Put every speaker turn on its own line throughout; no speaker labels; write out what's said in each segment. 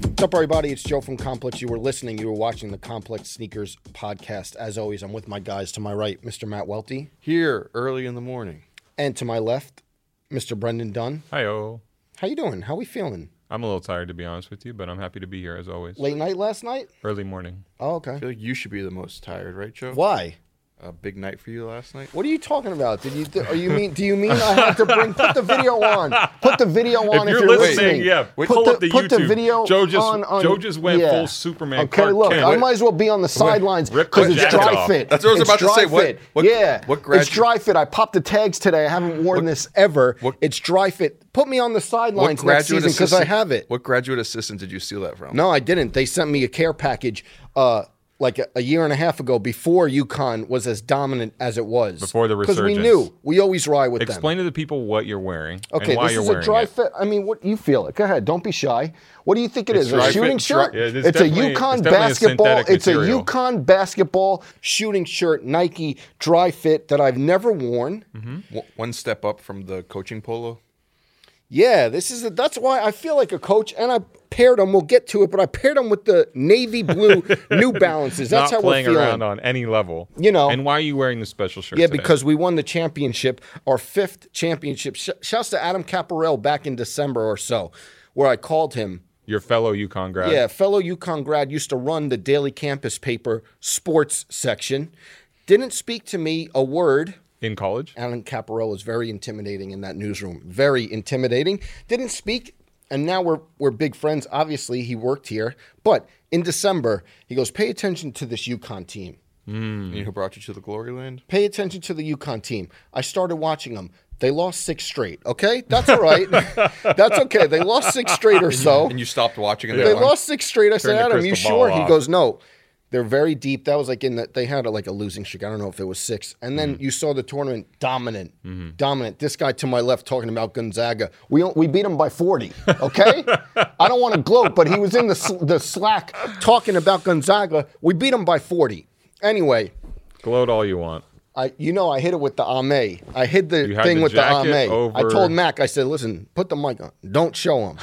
What's up, everybody? It's Joe from Complex. You were listening, you were watching the Complex Sneakers podcast. As always, I'm with my guys to my right, Mr. Matt Welty,
Here, early in the morning.
and to my left, Mr. Brendan Dunn.
Hi, oh.
How you doing? How we feeling?
I'm a little tired to be honest with you, but I'm happy to be here as always.
Late night last night?
Early morning.
Oh,
I
okay.
feel like you should be the most tired, right, Joe?
Why?
A big night for you last night.
What are you talking about? Did you? Are you mean? Do you mean I have to bring? Put the video on. Put the video on. If
you're listening, yeah,
Put
pull
the,
up the
put the
YouTube.
video
Joe just-
on, on-
Joe just went
yeah.
full Superman
Okay,
Clark
look,
Kent.
I
Wait.
might as well be on the sidelines
rip
because
the
it's
jacket
dry
off.
fit.
That's what I was
It's
about to
dry
say. What-
fit.
what-
yeah,
what gradu-
it's dry fit. I popped the tags today. I haven't worn this ever.
what-
it's dry fit. Put me on the sidelines next season because I
assistant-
have it.
What graduate assistant did you steal that from?
No, I didn't. They sent me a care package uh, like a, a year and a half ago before UConn was as dominant as it was.
Before the
we
resurgence.
knew. We always ride with them.
Explain to the people what you're wearing
Okay,
and why
this
you're
is a
wearing
dry
it.
fit. I mean, what you feel it? Go ahead. Don't be shy. What do you think it is?
dry
A shooting
fit,
shirt?
dry- yeah, it's
it's a
definitely- it's
Yukon
definitely a
basketball.
synthetic
It's a
material.
Yukon basketball shooting shirt, Nike dry fit that I've never worn.
Mm-hmm.
W- one step up from the coaching polo.
Yeah, this is a, that's why I feel like a coach, and I paired them. We'll get to it, but I paired them with the navy blue New Balances. That's
Not
how
playing
we're feeling.
around on any level.
You know.
And why are you wearing the special shirt?
Yeah,
today?
because we won the championship, our fifth championship. Sh- shouts to Adam Caparel back in December or so, where I called him
your fellow Yukon grad.
Yeah, fellow UConn grad used to run the daily campus paper sports section. Didn't speak to me a word.
In college?
Alan Caparel was very intimidating in that newsroom. Very intimidating. Didn't speak, and now we're we're big friends. Obviously, he worked here. But in December, he goes, "Pay attention to this UConn team.
You know who brought you to the glory land?
Pay attention to the UConn team." I started watching them. They lost six straight. Okay, that's all right. that's okay. They lost six straight or so.
And you stopped watching it.
They lost six straight. I said,
the
Adam, you
crystal
sure?
ball
He
off.
goes, no. They're very deep. That was like in the, they had a, like a losing streak. I don't know if it was six. And then you saw the tournament dominant, dominant. This guy to my left talking about Gonzaga. We don't- we beat him by forty. Okay, I don't want to gloat, but he was in the sl- the slack talking about Gonzaga. We beat him by forty. Anyway,
Gloat all you want.
I, you know, I hit it with the ame. I hid the
You had
thing
the
with the
jacket
ame. I
over-
told Mac, I said, listen, put the mic on. Don't show him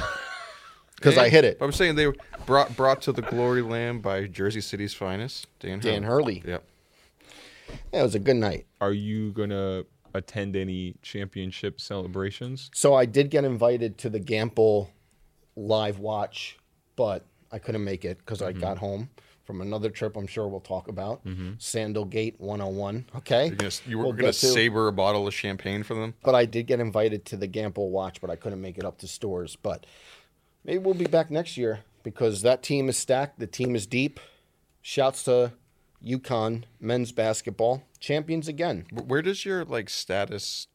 because I hit it.
I'm saying they were brought brought to the glory land by Jersey City's finest, Dan.
Dan Hurley.
Yep.
Yeah, it was a good night.
Are you gonna attend any championship celebrations?
So I did get invited to the Gamble live watch, but I couldn't make it because I got home from another trip. I'm sure we'll talk about Sandalgate 101. Okay,
You're gonna, you were
We'll
gonna
get to-
savor a bottle of champagne for them.
But I did get invited to the Gamble watch, but I couldn't make it up to stores. But maybe we'll be back next year because that team is stacked. The team is deep. Shouts to UConn men's basketball champions again.
Wh- Where does your like status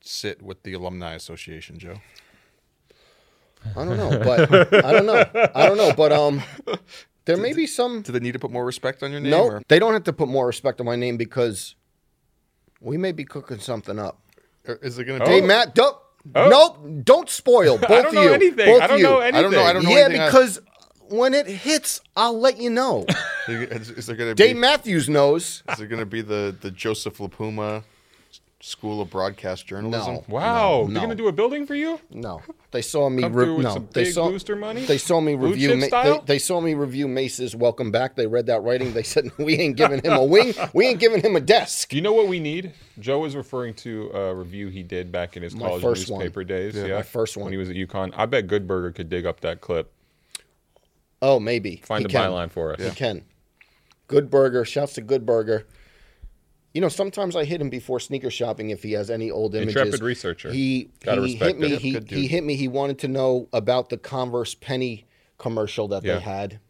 sit with the alumni association, Joe?
I don't know, but I don't know. I don't know, but um, there may be some.
Do they need to put more respect on your name?
No,
or-
they don't have to put more respect on my name because we may be cooking something up.
Or is it going to be?
Hey, Matt, don't, nope, don't spoil both
Oh. I don't
of
know
you.
anything.
Both
I
of
don't
you.
know anything.
I don't know. I don't know
yeah,
anything. I-
because when it hits, I'll let you know.
is, is there going to be?
Dave Matthews knows.
is there going to be the the Joseph Lapuma School of Broadcast Journalism?
No.
Wow,
No, no.
they're gonna do a building for you?
No, they saw me.
Come
Re-
through with
no,
some
they
big
saw
booster money?
They saw me
Blue
review.
chip
Ma- they,
style?
they saw me review Mace's Welcome Back. They read that writing. They said we ain't giving him a wing. We ain't giving him a desk.
Do you know what we need? Joe was referring to a review he did back in his
My
college
first one.
newspaper days. Yeah,
my first one.
when he was at UConn. I bet Good Burger could dig up that clip.
Oh, maybe
Find
He
a
can.
byline for us.
He can. Good Burger. Shouts to Good Burger. You know, sometimes I hit him before sneaker shopping if he has any old images.
Intrepid researcher.
He,
Gotta
he hit
respect
me.
it.
He,
Good dude.
he hit me. He wanted to know about the Converse penny commercial that
Yeah.
they had.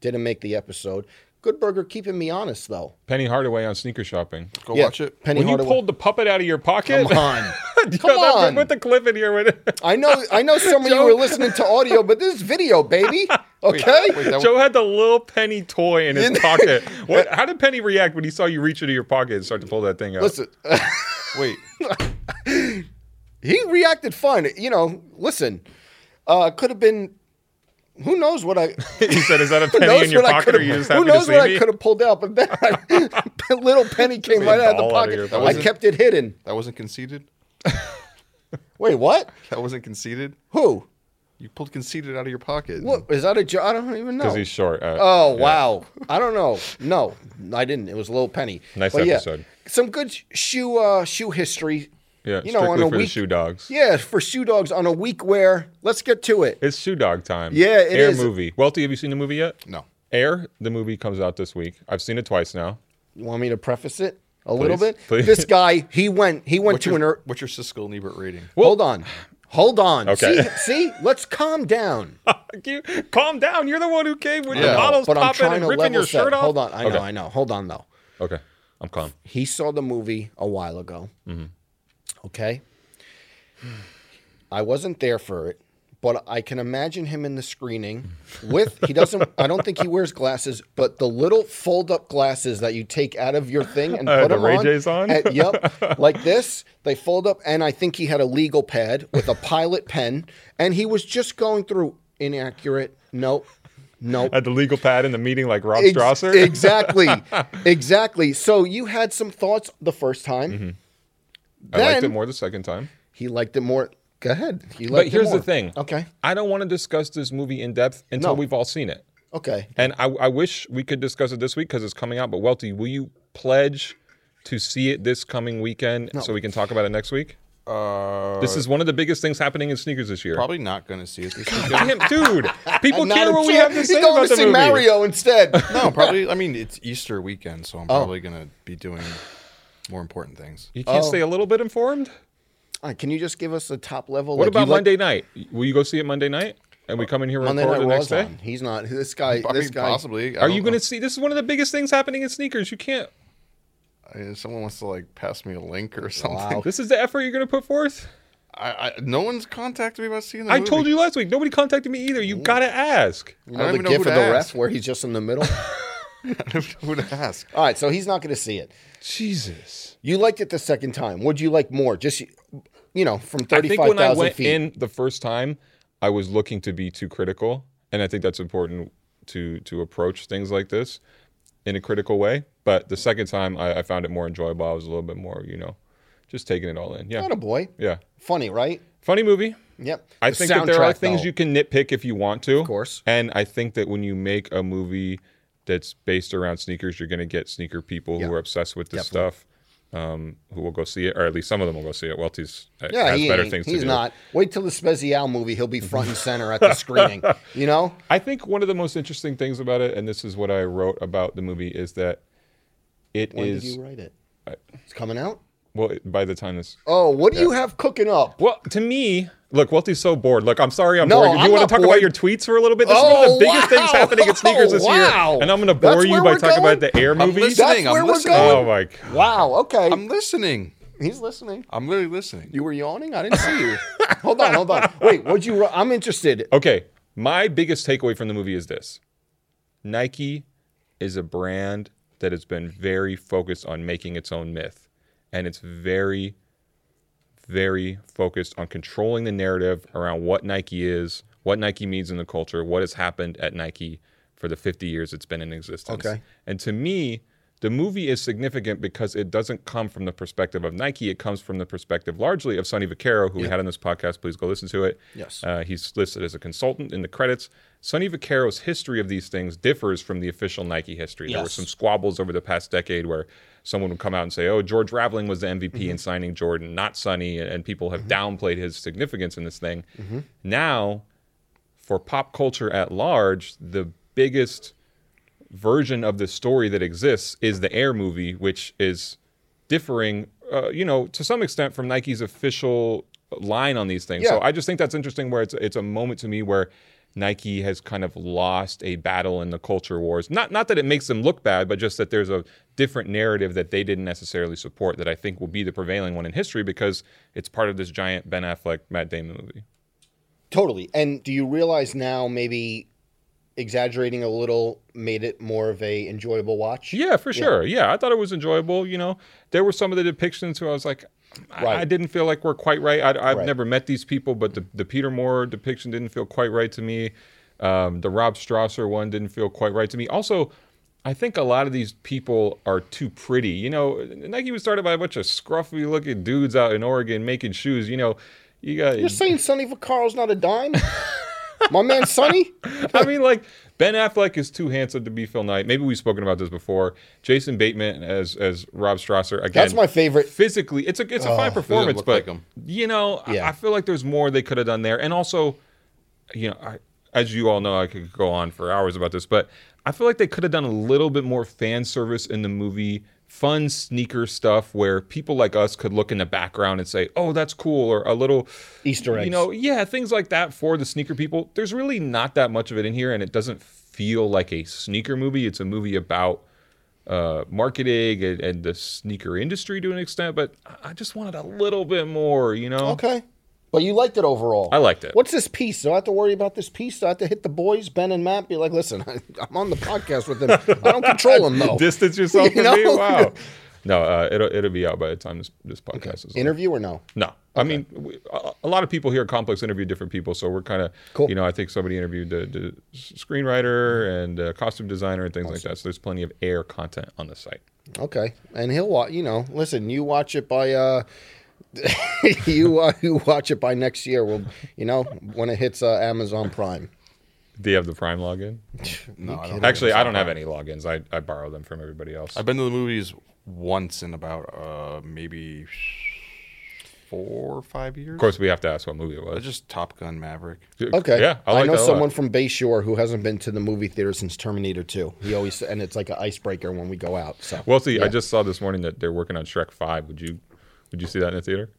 Didn't make the episode. Good Burger keeping me honest though.
Penny Hardaway on sneaker shopping.
Go
Yeah,
watch it.
Penny
when
Hardaway.
you pulled the puppet out of your pocket,
Come on.
Joe,
Come
that-
on.
with the clip in here, when
I know. I know. Some of you
Joe-
were listening to audio, but this is video, baby. Okay.
Wait, that
Joe had the little Penny toy in his pocket. What, how did Penny react when he saw you reach into your pocket and start to pull that thing out?
Listen,
wait.
he reacted fine. You know, listen, uh, could have been. Who knows what I?
he said, "Is that a
Who
penny in
knows
your
what I
pocket,
could
or you
have?
just
Who
happy to
knows
see
what I
me?"
could have pulled out? But then I, little penny came
made a
right out of the
ball out of your
pocket. I
pocket.
kept it hidden.
That wasn't conceded.
Wait, what?
That wasn't conceded.
Who?
You pulled conceited out of your pocket.
What is that a joke? I don't even know.
because he's short. Uh,
Oh
yeah.
wow! I don't know. No, I didn't. It was Lil Penny.
Nice
but yeah,
episode.
some good sh- shoe uh, shoe history.
Yeah,
you know, on
strictly
a
for the
week-
shoe dogs.
Yeah, for shoe dogs on a week where. Let's get to it.
It's shoe dog time.
Yeah, it
Air
is.
movie. Welty, have you seen the movie yet?
No.
Air, the movie comes out this week. I've seen it twice now.
You want me to preface it a little
Please,
bit?
please.
This guy, he went. He went
What's
to an.
your,
Er-
what's your Siskel and Ebert rating?
hold on, hold on.
Okay.
See, see, let's calm down.
You, calm down. You're the one who came with
I
your
know,
bottles
but I'm
popping
trying
and
to
ripping
level
your
set.
shirt off.
Hold on, I know,
Okay.
I know. Hold on though.
Okay, I'm calm.
he saw the movie a while ago.
Mm-hmm.
Okay. I wasn't there for it, but I can imagine him in the screening with he doesn't I don't think he wears glasses, but the little fold up glasses that you take out of your thing and
Uh,
put
the
them
Ray
on.
J's on?
and- yep. Like this, they fold up and I think he had a legal pad with a pilot pen and he was just going through inaccurate. Nope. Nope.
At the legal pad in the meeting, like Rob
Ex-
Strasser.
Exactly. exactly. So you had some thoughts the first time.
Mm-hmm. I liked it
Then-
more the second time.
He liked it more. Go ahead. He liked
But
it
here's the
more.
thing.
Okay.
I don't want to discuss this movie in depth until
No.
we've all seen it.
Okay.
And I, I wish we could discuss it this week because it's coming out. But Welty, will you pledge to see it this coming weekend so we can talk about it next week?
Uh,
This is one of the biggest things happening in sneakers this year.
probably not going to see it. This weekend.
Damn, dude, people
Not
care
a
what we
chance.
have to
He's
say
going
about
to
the
see
movie.
Mario instead.
no, probably. I mean, it's Easter weekend, so I'm
Oh.
probably going to be doing more important things.
You
Oh.
can't stay a little bit informed.
Uh, Can you just give us the top level?
What
like, you
about
like-
Monday night? Will you go see it Monday night? And we come in here and
Monday
record
Night
the
Raw's
next day?
on. He's not. This guy.
I
This
mean,
guy.
possibly. I
Are
don't
you going to see? This is one of the biggest things happening in sneakers. You can't.
know. Uh, Someone wants to like pass me a link or something.
Wow.
This is the effort you're going to put forth.
I, I, no one's contacted me about seeing the
I
movie.
told you last week. Nobody contacted me either. You got to ask.
You
I
know
don't
the
even know
gif
who
of
to
the
ask.
ref where he's just in the middle.
I don't know who to ask.
All right, so he's not going to see it.
Jesus.
You liked it the second time. Would you like more? Just you know, from
I think
thirty-five
when I
thousand
went
feet.
in the first time, I was looking to be too critical, and I think that's important to to approach things like this in a critical way. But the second time, I, I found it more enjoyable. I was a little bit more, you know, just taking it all in. Yeah,
Not a boy.
yeah.
Funny, right?
Funny movie.
Yep.
I
The
think that there are
soundtrack,
things
though.
you can nitpick if you want to. Of
course.
And I think that when you make a movie that's based around sneakers, you're going to get sneaker people
Yeah.
who are obsessed with this stuff. Um, who will go see it, or at least some of them will go see it. Welty's uh,
Yeah,
has
he
better
ain't.
things
He's
to do.
not. Wait till the Spezial movie. He'll be front and center at the screening. You know?
I think one of the most interesting things about it, and this is what I wrote about the movie, is that it is
When did you write it? It's coming out?
well by the time this.
Oh, what do you have cooking up?
Well, to me, look, Welty's so bored. Look, I'm sorry, I'm
No,
boring you. Do
I'm
you want
not
to talk
bored.
about your tweets for a little bit? This is one
Oh,
of the biggest
wow.
things happening at sneakers this
Wow.
year, and I'm going to
That's
bore you
where
by
we're
talking
going?
about the Air
I'm
movie.
That's
listening. I'm
where we're
listening.
going.
Oh my god.
Wow, okay.
I'm listening.
He's listening.
I'm literally listening.
You were yawning? I didn't see you. hold on, hold on. Wait, what'd you write? I'm interested.
Okay, my biggest takeaway from the movie is this: Nike is a brand that has been very focused on making its own myth, and it's very, very focused on controlling the narrative around what Nike is, what Nike means in the culture, what has happened at Nike for the 50 years it's been in existence.
Okay.
And to me, the movie is significant because it doesn't come from the perspective of Nike. It comes from the perspective largely of Sonny Vaccaro, who we had on this podcast. Please go listen to it.
Yes.
Uh, he's listed as a consultant in the credits. Sonny Vaccaro's history of these things differs from the official Nike history. There were
Yes.
some squabbles over the past decade where someone would come out and say, "Oh, George Raveling was the MVP in signing Jordan, not Sonny," and, and people have downplayed his significance in this thing. Now, for pop culture at large, the biggest version of the story that exists is the Air movie, which is differing, uh, you know, to some extent from Nike's official line on these things. So
Yeah.
I just think that's interesting. Where it's it's a moment to me where Nike has kind of lost a battle in the culture wars. Not not that it makes them look bad, but just that there's a different narrative that they didn't necessarily support that I think will be the prevailing one in history because it's part of this giant Ben Affleck Matt Damon movie.
Totally. And do you realize now maybe exaggerating a little made it more of a enjoyable watch?
Yeah, for sure. Yeah, I thought it was enjoyable. You know, there were some of the depictions who I was like, I,
Right.
I didn't feel like we're quite right. I, I've
Right.
never met these people, but the, the Peter Moore depiction didn't feel quite right to me. Um, the Rob Strasser one didn't feel quite right to me. Also, I think a lot of these people are too pretty. You know, Nike was started by a bunch of scruffy looking dudes out in Oregon making shoes. You know, you got
You're saying Sonny Vaccaro's not a dime? My man Sonny?
I mean, like Ben Affleck is too handsome to be Phil Knight. Maybe we've spoken about this before. Jason Bateman as as Rob Strasser again.
That's my favorite.
Physically, it's a it's a fine performance,
look like
but
him.
you know, I-
Yeah.
I, feel like there's more they could have done there. And also, you know, I, as you all know, I could go on for hours about this, but I feel like they could have done a little bit more fan service in the movie. Fun sneaker stuff where people like us could look in the background and say, "Oh, that's cool," or a little
Easter eggs.
You know, yeah, things like that for the sneaker people. There's really not that much of it in here, and it doesn't feel like a sneaker movie. It's a movie about uh, marketing and, and the sneaker industry to an extent, but I- I just wanted a little bit more, you know?
Okay. But you liked it overall.
I liked it.
What's this piece? Do I have to worry about this piece? Do I have to hit the boys, Ben and Matt? Be like, listen, I, I'm on the podcast with them. I don't control them though.
Distance yourself
You
from me?
know?
Wow. No, uh, it'll, it'll be out by the time this, this podcast is over.
Interview or no?
No. I mean, we, a, a lot of people here at Complex interview different people, so we're kind of,
Cool.
you know, I think somebody interviewed the, the s- screenwriter and uh, costume designer and things like that. So there's plenty of air content on the site.
Okay. And he'll watch. You know, listen. You watch it by. uh you uh, you watch it by next year. Well, you know when it hits uh, Amazon Prime.
Do you have the Prime login?
No, I don't.
Actually, I don't have any logins. I, I borrow them from everybody else.
I've been to the movies once in about uh, maybe four or five years.
of course, we have to ask what movie it
It's
was.
just Top Gun Maverick.
Okay.
Yeah, I,
I,
like
know
that a lot.
someone from Bayshore who hasn't been to the movie theater since Terminator Two. He always and it's like an icebreaker when we go out. So
Well, see, I just saw this morning that they're working on Shrek Five. Would you, would you see that in the theater?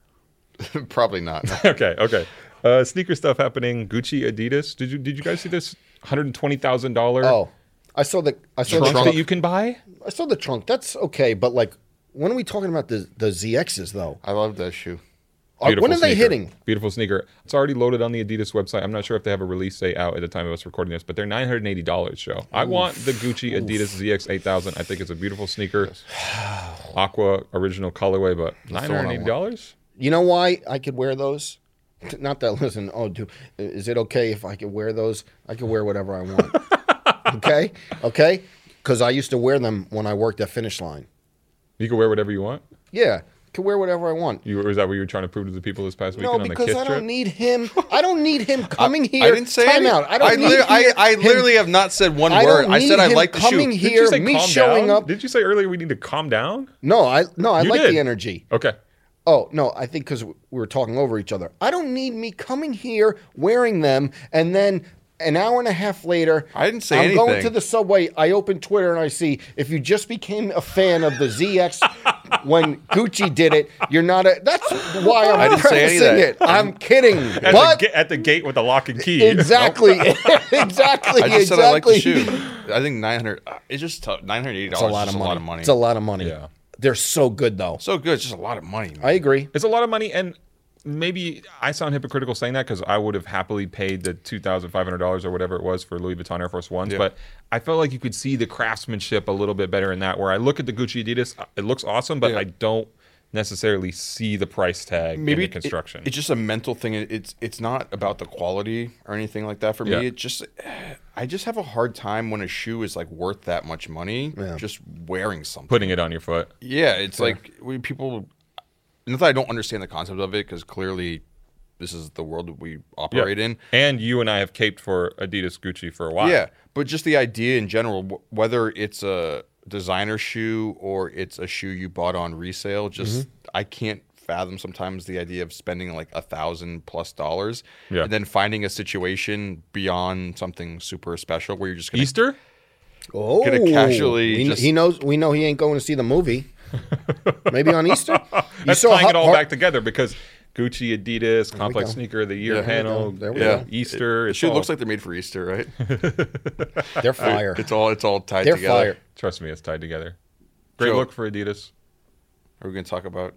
Probably not.
okay, okay. Uh, sneaker stuff happening. Gucci, Adidas. Did you did you guys see this? One hundred twenty thousand dollar
oh, I saw the I saw
trunk
the
that you can buy.
I saw the trunk. That's okay, but like, when are we talking about the the ZXs though?
I love that shoe.
Are- when are
Beautiful
they
sneaker.
hitting?
Beautiful sneaker. It's already loaded on the Adidas website. I'm not sure if they have a release date out at the time of us recording this, but they're $980 show. I want the Gucci Adidas ZX 8000. I think it's a beautiful sneaker. Aqua original colorway, but
the one I want.
$980?
You know why I could wear those? Not that listen. Oh, dude, is it okay if I could wear those? I could wear whatever I want. okay, okay, because I used to wear them when I worked at Finish Line.
You can wear whatever you want.
Yeah, could wear whatever I want.
You, or is that what you were trying to prove to the people this past
No,
weekend on the
because
Kiss
I
trip?
don't need him. I don't need him coming here.
I didn't say
time
any-
out. I don't
I,
need
lit- I,
here-
I
him-
literally have not said one
I
word.
don't
I said
need
I
him
like the
coming
shoe.
here.
Did you say
me
calm
showing
down?
up-
Did you say earlier we need to calm down?
No, I no, I
You
like
did.
the energy.
Okay.
Oh no, I think because we were talking over each other. I don't need me coming here wearing them and then an hour and a half later.
I didn't say
I'm going to
anything.
the subway. I open Twitter and I see if you just became a fan of the ZX when Gucci did it, you're not a. That's why I'm
I didn't say any of
prefacing
that.
it. I'm kidding.
At the,
What?
ga- at the gate with the lock and key.
Exactly. exactly.
I just said I like
exactly.
the shoe. I think nine hundred. uh, It's just nine hundred eighty
It's a
dollars.
lot of money.
A lot of money.
It's a lot of money.
Yeah.
They're so good though.
so good. It's just a lot of money. Man.
I agree.
It's a lot of money, and maybe I sound hypocritical saying that because I would have happily paid the two thousand five hundred dollars or whatever it was for Louis Vuitton Air Force Ones. But I felt like you could see the craftsmanship a little bit better in that. Where I look at the Gucci Adidas, uh, it looks awesome, but I don't necessarily see the price tag in the
it-
construction.
it's just a mental thing. It- It's it's not about the quality or anything like that for
Yeah.
me. It just I just have a hard time when a shoe is like worth that much money. Just wearing something.
Putting it on your foot.
yeah, it's like we people. Not that I don't understand the concept of it because clearly this is the world that we
Yeah.
operate in.
And you and I have caped for Adidas Gucci for a while.
Yeah, but just the idea in general, wh- whether it's a designer shoe or it's a shoe you bought on resale, just
Mm-hmm.
I can't fathom sometimes the idea of spending like a thousand plus dollars
Yeah.
and then finding a situation beyond something super special where you're just gonna
Easter?
Oh,
Gonna casually
We, kn-
just-
he knows. We know he ain't going to see the movie. Maybe on Easter. You
That's
saw
tying
Har-
it all
Har-
back together because Gucci, Adidas, Complex
go.
Sneaker, of the Year
Yeah. There we
panel,
go. There we
yeah
go.
Easter.
It
it's
shoe
all-
looks like they're made for Easter, right?
They're fire.
it's all it's all tied
They're
together.
fire.
Trust me, it's tied together. Great
Joe.
look for Adidas.
Are we gonna talk about?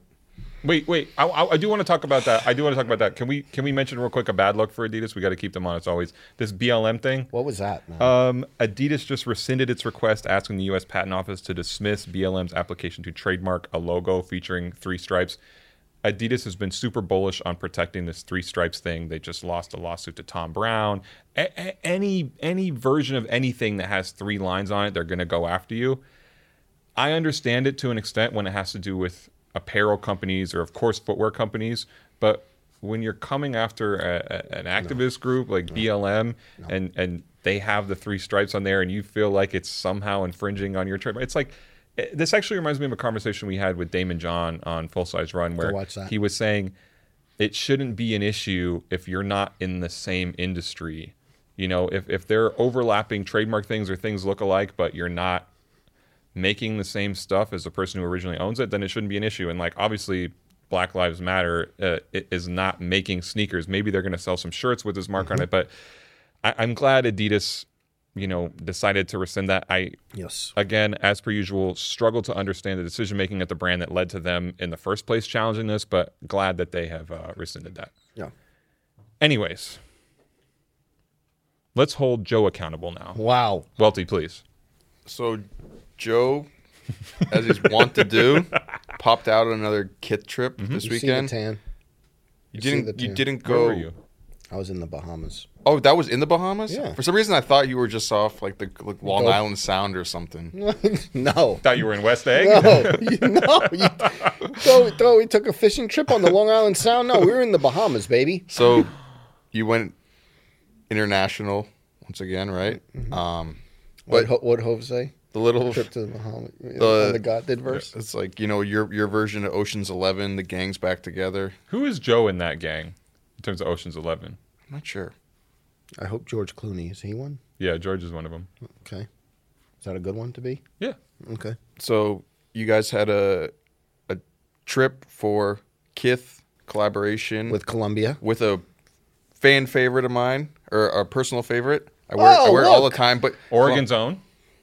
Wait, wait. I, I, I do want to talk about that. I do want to talk about that. Can we can we mention real quick a bad look for Adidas? We got to keep them honest always. This BLM thing.
What was that? Man?
Um, Adidas just rescinded its request asking the U.S. Patent Office to dismiss BLM's application to trademark a logo featuring three stripes. Adidas has been super bullish on protecting this three stripes thing. They just lost a lawsuit to Tom Brown. A- a- any any version of anything that has three lines on it, they're going to go after you. I understand it to an extent when it has to do with apparel companies or, of course, footwear companies. But when you're coming after a, a- an activist group like BLM and and they have the three stripes on there and you feel like it's somehow infringing on your trademark, it's like eh, this actually reminds me of a conversation we had with Damon John on Full Size Run where
watch that.
he was saying it shouldn't be an issue if you're not in the same industry. You know, if, if they're overlapping trademark things or things look alike, but you're not making the same stuff as the person who originally owns it, then it shouldn't be an issue. And like obviously, Black Lives Matter uh, i- is not making sneakers. Maybe they're going to sell some shirts with this mark on it, but I- I'm glad Adidas, you know, decided to rescind that. I
Yes.
again, as per usual, struggle to understand the decision making at the brand that led to them in the first place challenging this, but glad that they have uh, rescinded that.
Yeah.
Anyways, let's hold Joe accountable now.
Wow.
Welty, please.
So, Joe, as he's wont to do, popped out on another kit trip this
Mm-hmm. You see the
weekend.
tan?
you
see
didn't.
the
You
tan.
didn't
Where
go.
were you?
I was in the Bahamas.
Oh, that was in the Bahamas.
Yeah.
For some reason, I thought you were just off like the like Long
Gulf.
Island Sound or something.
no.
Thought you were in West Egg.
No, you, no. You, so, so we took a fishing trip on the Long Island Sound. No, we were in the Bahamas, baby.
So, you went international once again, right? Um,
What ho- what Hove say?
the little
Mm-hmm. Trip to the Bahamas.
The-
The, the God did verse.
It's like you know your your version of Ocean's Eleven. The gang's back together.
Who is Joe in that gang in terms of Ocean's Eleven?
I'm not sure.
I hope George Clooney is he one.
Yeah, George is one of them.
Okay, is that a good one to be?
Yeah.
Okay.
So you guys had a a trip for Kith collaboration
With Columbia.
with a fan favorite of mine or a personal favorite. I wear, I
Oh,
wear it all the
look.
time, but
Oregon's
Col-
own.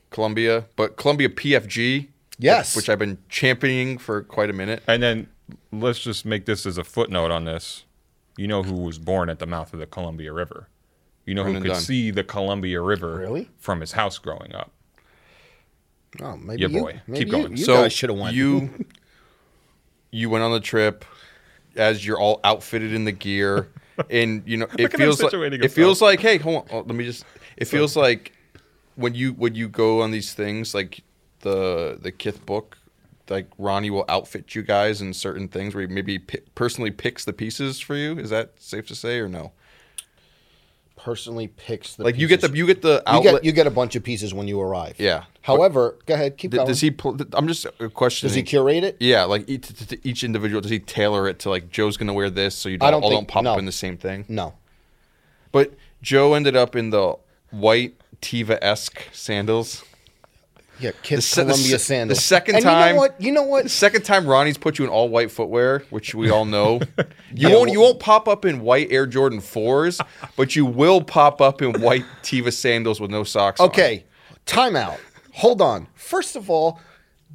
Columbia, but Columbia PFG.
Yes.
which, which I've been championing for quite a minute.
And then let's just make this as a footnote on this. You know who was born at the mouth of the Columbia River. You know
Brendan
who could
Dunn.
see the Columbia River
Really?
from his house growing up.
Oh, maybe
Yeah,
you,
boy.
Maybe
Keep
you-
going.
You,
so
guys should have won.
You you went on the trip as you're all outfitted in the gear, and you know it
at him
feels like
situating
it
himself.
feels like hey, hold on, oh, let me just. It feels like when you when you go on these things like the the Kith book. Like Ronnie will outfit you guys in certain things where he maybe pi personally picks the pieces for you. Is that safe to say or no?
personally picks the
Like you get the
pieces.
you get the
you
outlet.
get you get a bunch of pieces when you arrive.
Yeah.
However, go ahead. Keep
Th-
going.
does he? Pl- I'm just uh, questioning.
does he curate it?
Yeah, like each, to, to each individual, does he tailor it to like Joe's gonna wear this, so you don't,
I don't
all
think-
don't pop up
no. Mm.
in the same thing.
No.
But Joe ended up in the white Tiva esque sandals.
Yeah, Kith
se- the
Columbia
se-
sandals.
the second
and You
time-
know what? You know what?
The second time Ronnie's put you in all white footwear, which we all know. You
Yeah,
won't you
well-
won't pop up in white Air Jordan fours, but you will pop up in white Tiva sandals with no socks. on.
Okay, timeout. Hold on. First of all,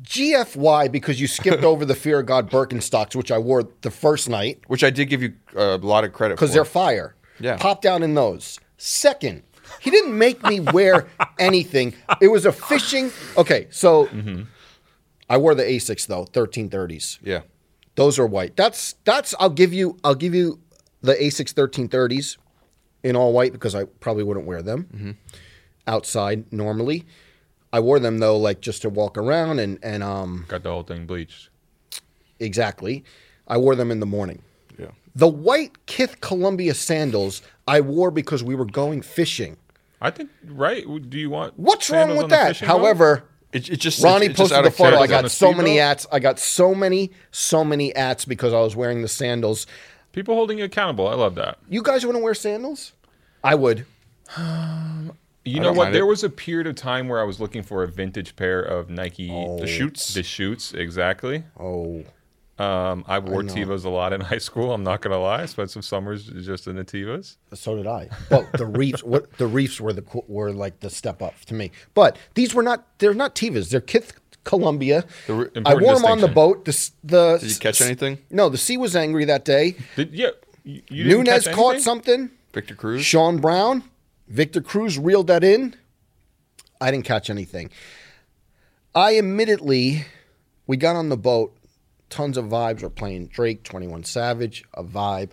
GFY because you skipped over the Fear of God Birkenstocks, which I wore the first night
which I did give you uh, a lot of credit for.
because they're fire.
Yeah.
Pop down in those. Second, he didn't make me wear anything. It was a fishing. Okay, so I wore the Asics though, thirteen thirties.
yeah,
Those are white. That's that's. I'll give you. I'll give you the Asics thirteen thirties in all white because I probably wouldn't wear them outside normally. I wore them though, like just to walk around and and um
Got the whole thing bleached.
exactly. I wore them in the morning.
yeah.
The white Kith Columbia sandals I wore because we were going fishing.
I think right. Do you want
What's
sandals
wrong
on
with
the
that?
fishing boat?
However,
It, it just
Ronnie
it's just
posted
out
the
of
photo.
character.
I
on the
got so many
speedboat?
ats. I got so many, so many ats because I was wearing the sandals.
people holding you accountable. I love that.
You guys wouldn't wear sandals? I would.
You
I
know
don't
what?
mind it.
There was a period of time where I was looking for a vintage pair of Nike
The shoots?
The shoots, exactly.
Oh.
Um, I wore Tivas a lot in high school. I'm not gonna lie. I spent some summers just in the Tivas.
So did I. But the reefs, what the reefs were the co- were like the step up to me. But these were not. They're not Tivas. They're Kith Columbia. I
re-
wore
important
them on the
distinction.
boat. The s- the
Did you catch anything?
No, the sea was angry that day.
Did, yeah, you, you didn't
Nunez
catch
caught
anything?
something.
Victor Cruz.
Sean Brown, Victor Cruz reeled that in. I didn't catch anything. I admittedly, we got on the boat. Tons of vibes were playing Drake, Twenty One Savage, a vibe.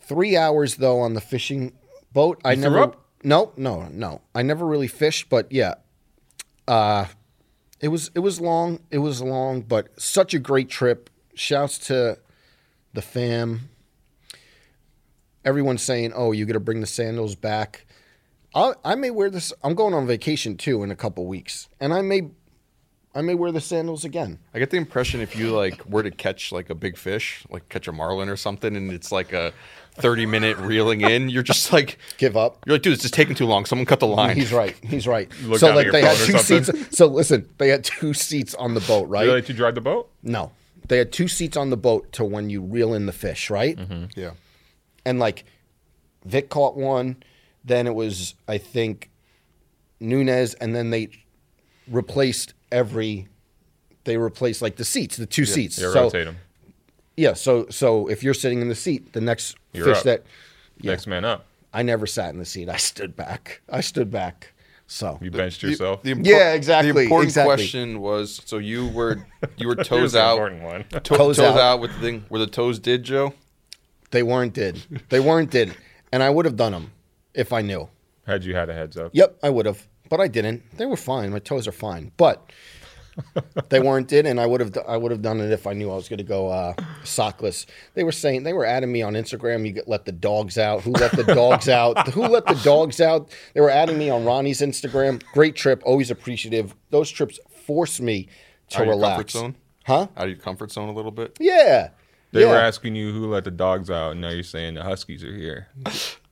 Three hours though on the fishing boat. I
threw
never.
up?
No, no, no. I never really fished, but yeah, Uh, it was it was long. It was long, but such a great trip. Shouts to the fam, everyone's saying, "Oh, you got to bring the sandals back." I, I may wear this. I'm going on vacation too in a couple weeks, and I may, I may wear the sandals again.
I get the impression if you like were to catch like a big fish, like catch a marlin or something, and it's like a thirty minute reeling in, you're just like
Give up.
you're like, dude, it's just taking too long. Someone cut the line.
He's right. He's right.
Look
so
down at
like
your
they had
phone or
two seats.
something.
So listen, they had two seats on the boat, right?
Really, to drive the boat?
No, they had two seats on the boat to when you reel in the fish, right?
Mm-hmm.
Yeah.
and like Vic caught one. Then it was I think Nunez, and then they replaced every. They replaced like the seats, the two seats.
Yeah,
so
rotate them.
yeah, so so if you're sitting in the seat, the next
You're
fish
up.
that yeah,
Next man up.
I never sat in the seat. I stood back. I stood back. So
You benched
The-
yourself.
the impor-
Yeah, exactly,
The important
exactly.
question was: so you were you were
Here's
toes
the
out,
important one.
to-
Toes
toes,
out.
out. with the thing. Were the toes did Joe?
they weren't did. They weren't did, and I would have done them if I knew.
Had you had a heads up?
Yep, I would have, but I didn't. They were fine. My toes are fine, but they weren't it, and I would have I would have done it if I knew I was going to go uh, sockless. They were saying they were adding me on Instagram. You get, let the dogs out. Who let the dogs out? Who let the dogs out? They were adding me on Ronnie's Instagram. Great trip. Always appreciative. Those trips force me to
Out of your comfort
relax.
zone.
Huh?
Out of your comfort zone a little bit.
Yeah.
They
yeah.
were asking you who let the dogs out, and now you're saying the Huskies are here.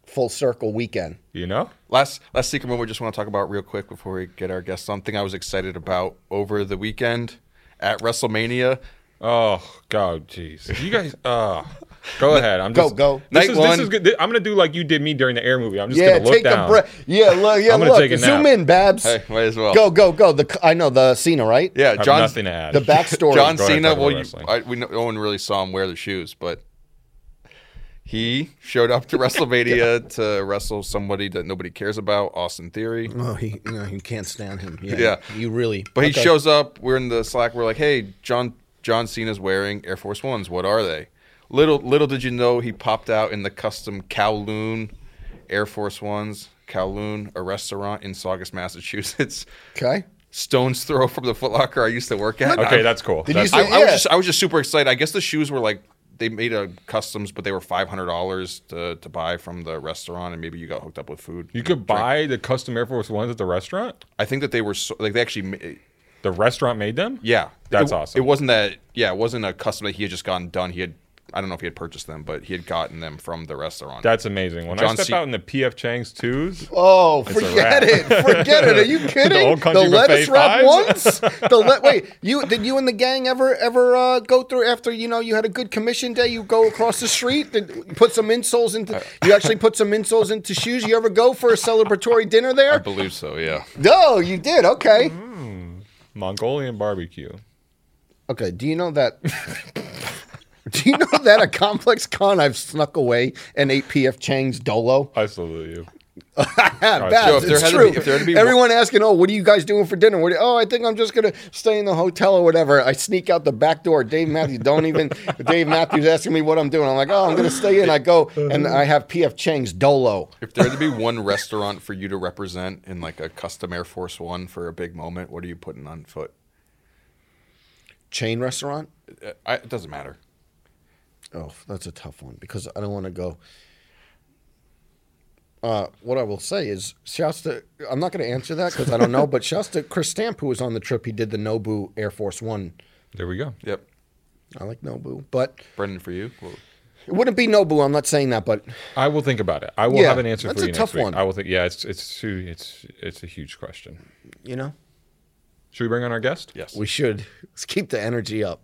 full circle weekend.
You know?
Last last secret moment we just want to talk about real quick before we get our guest. Something I was excited about over the weekend at WrestleMania.
Oh God, jeez. You guys, uh go ahead. I'm
Go,
just
go.
This
Night
is
one.
this is good. Thi- I'm gonna do like you did me during the air movie. I'm just
yeah,
gonna look
take
down.
a breath. Yeah, look. Yeah,
I'm gonna
look.
take a
Zoom
nap.
in, Babs.
Hey, might as well.
Go, go, go. The c- I know the Cena, right?
Yeah,
I have
John.
nothing to add.
The backstory.
John
Go ahead,
Cena.
talk about
Well, you,
wrestling.
I, we no, no one really saw him wear the shoes, but he showed up to WrestleMania to wrestle somebody that nobody cares about, Austin Theory.
Mm,
Oh, he, no, you can't stand him. Yeah,
Yeah.
you really.
But he
okay.
shows up. We're in the Slack. We're like, "Hey, John. John Cena's wearing Air Force Ones. What are they?" Little little did you know he popped out in the custom Kowloon Air Force Ones. Kowloon, a restaurant in Saugus, Massachusetts,
Okay.
stone's throw from the Foot Locker I used to work at.
Okay,
I-
that's cool.
Did you
That's
see-
I, I
Yeah.
was just I was just super excited. I guess the shoes were like they made a customs, but they were five hundred dollars to to buy from the restaurant, and maybe you got hooked up with food.
you could buy the custom Air Force Ones at the restaurant.
I think that they were so, like they actually, ma-
The restaurant made them.
yeah,
That's
It-
awesome.
It wasn't that, yeah, it wasn't a custom that he had just gotten done. He had, I don't know if he had purchased them, but he had gotten them from the restaurant.
That's amazing. When I
John
step
Ce-
out in the PF Chang's twos,
Oh,
a
forget
wrap.
it! Forget it! Are you kidding?
old country
lettuce
buffet
wrap
fries?
once. The le- wait, you did you and the gang ever ever uh, go through after you know you had a good commission day? You go across the street, did, put some insoles into. You actually put some insoles into shoes. You ever go for a celebratory dinner
I
there?
believe so. Yeah,
No, you did. Okay.
Mongolian barbecue.
Okay, do you know that? do you know that a complex con I've snuck away and ate PF Chang's Dolo?
I salute you.
Yeah,
Alright,
Babs,
so
if there
it's
had to
true.
be- if there had to be
Everyone asking, oh, what are you guys doing for dinner? What do you- oh, I think I'm just gonna stay in the hotel or whatever. I sneak out the back door. Dave Matthews, don't even. Dave Matthews asking me what I'm doing. I'm like, oh, I'm gonna stay in. I go
Uh-huh.
and I have PF Chang's Dolo.
if there had to be one restaurant for you to represent in like a custom Air Force One for a big moment, what are you putting on foot?
Chain restaurant.
Uh, I, it doesn't matter.
Oh, that's a tough one because I don't want to go. Uh, what I will say is, shouts to I'm not going to answer that because I don't know, but shouts to Chris Stamp who was on the trip. He did the Nobu Air Force One.
There we go.
Yep,
I like Nobu, but
Brendan, for you. Well,
it wouldn't be Nobu. I'm not saying that, but
I will think about it. I will
Yeah,
have an answer
that's
for
a
you next
tough
week.
one.
I will think. Yeah, it's it's too, it's it's a huge question.
you know,
Should we bring on our guest?
yes.
we should let's keep the energy up.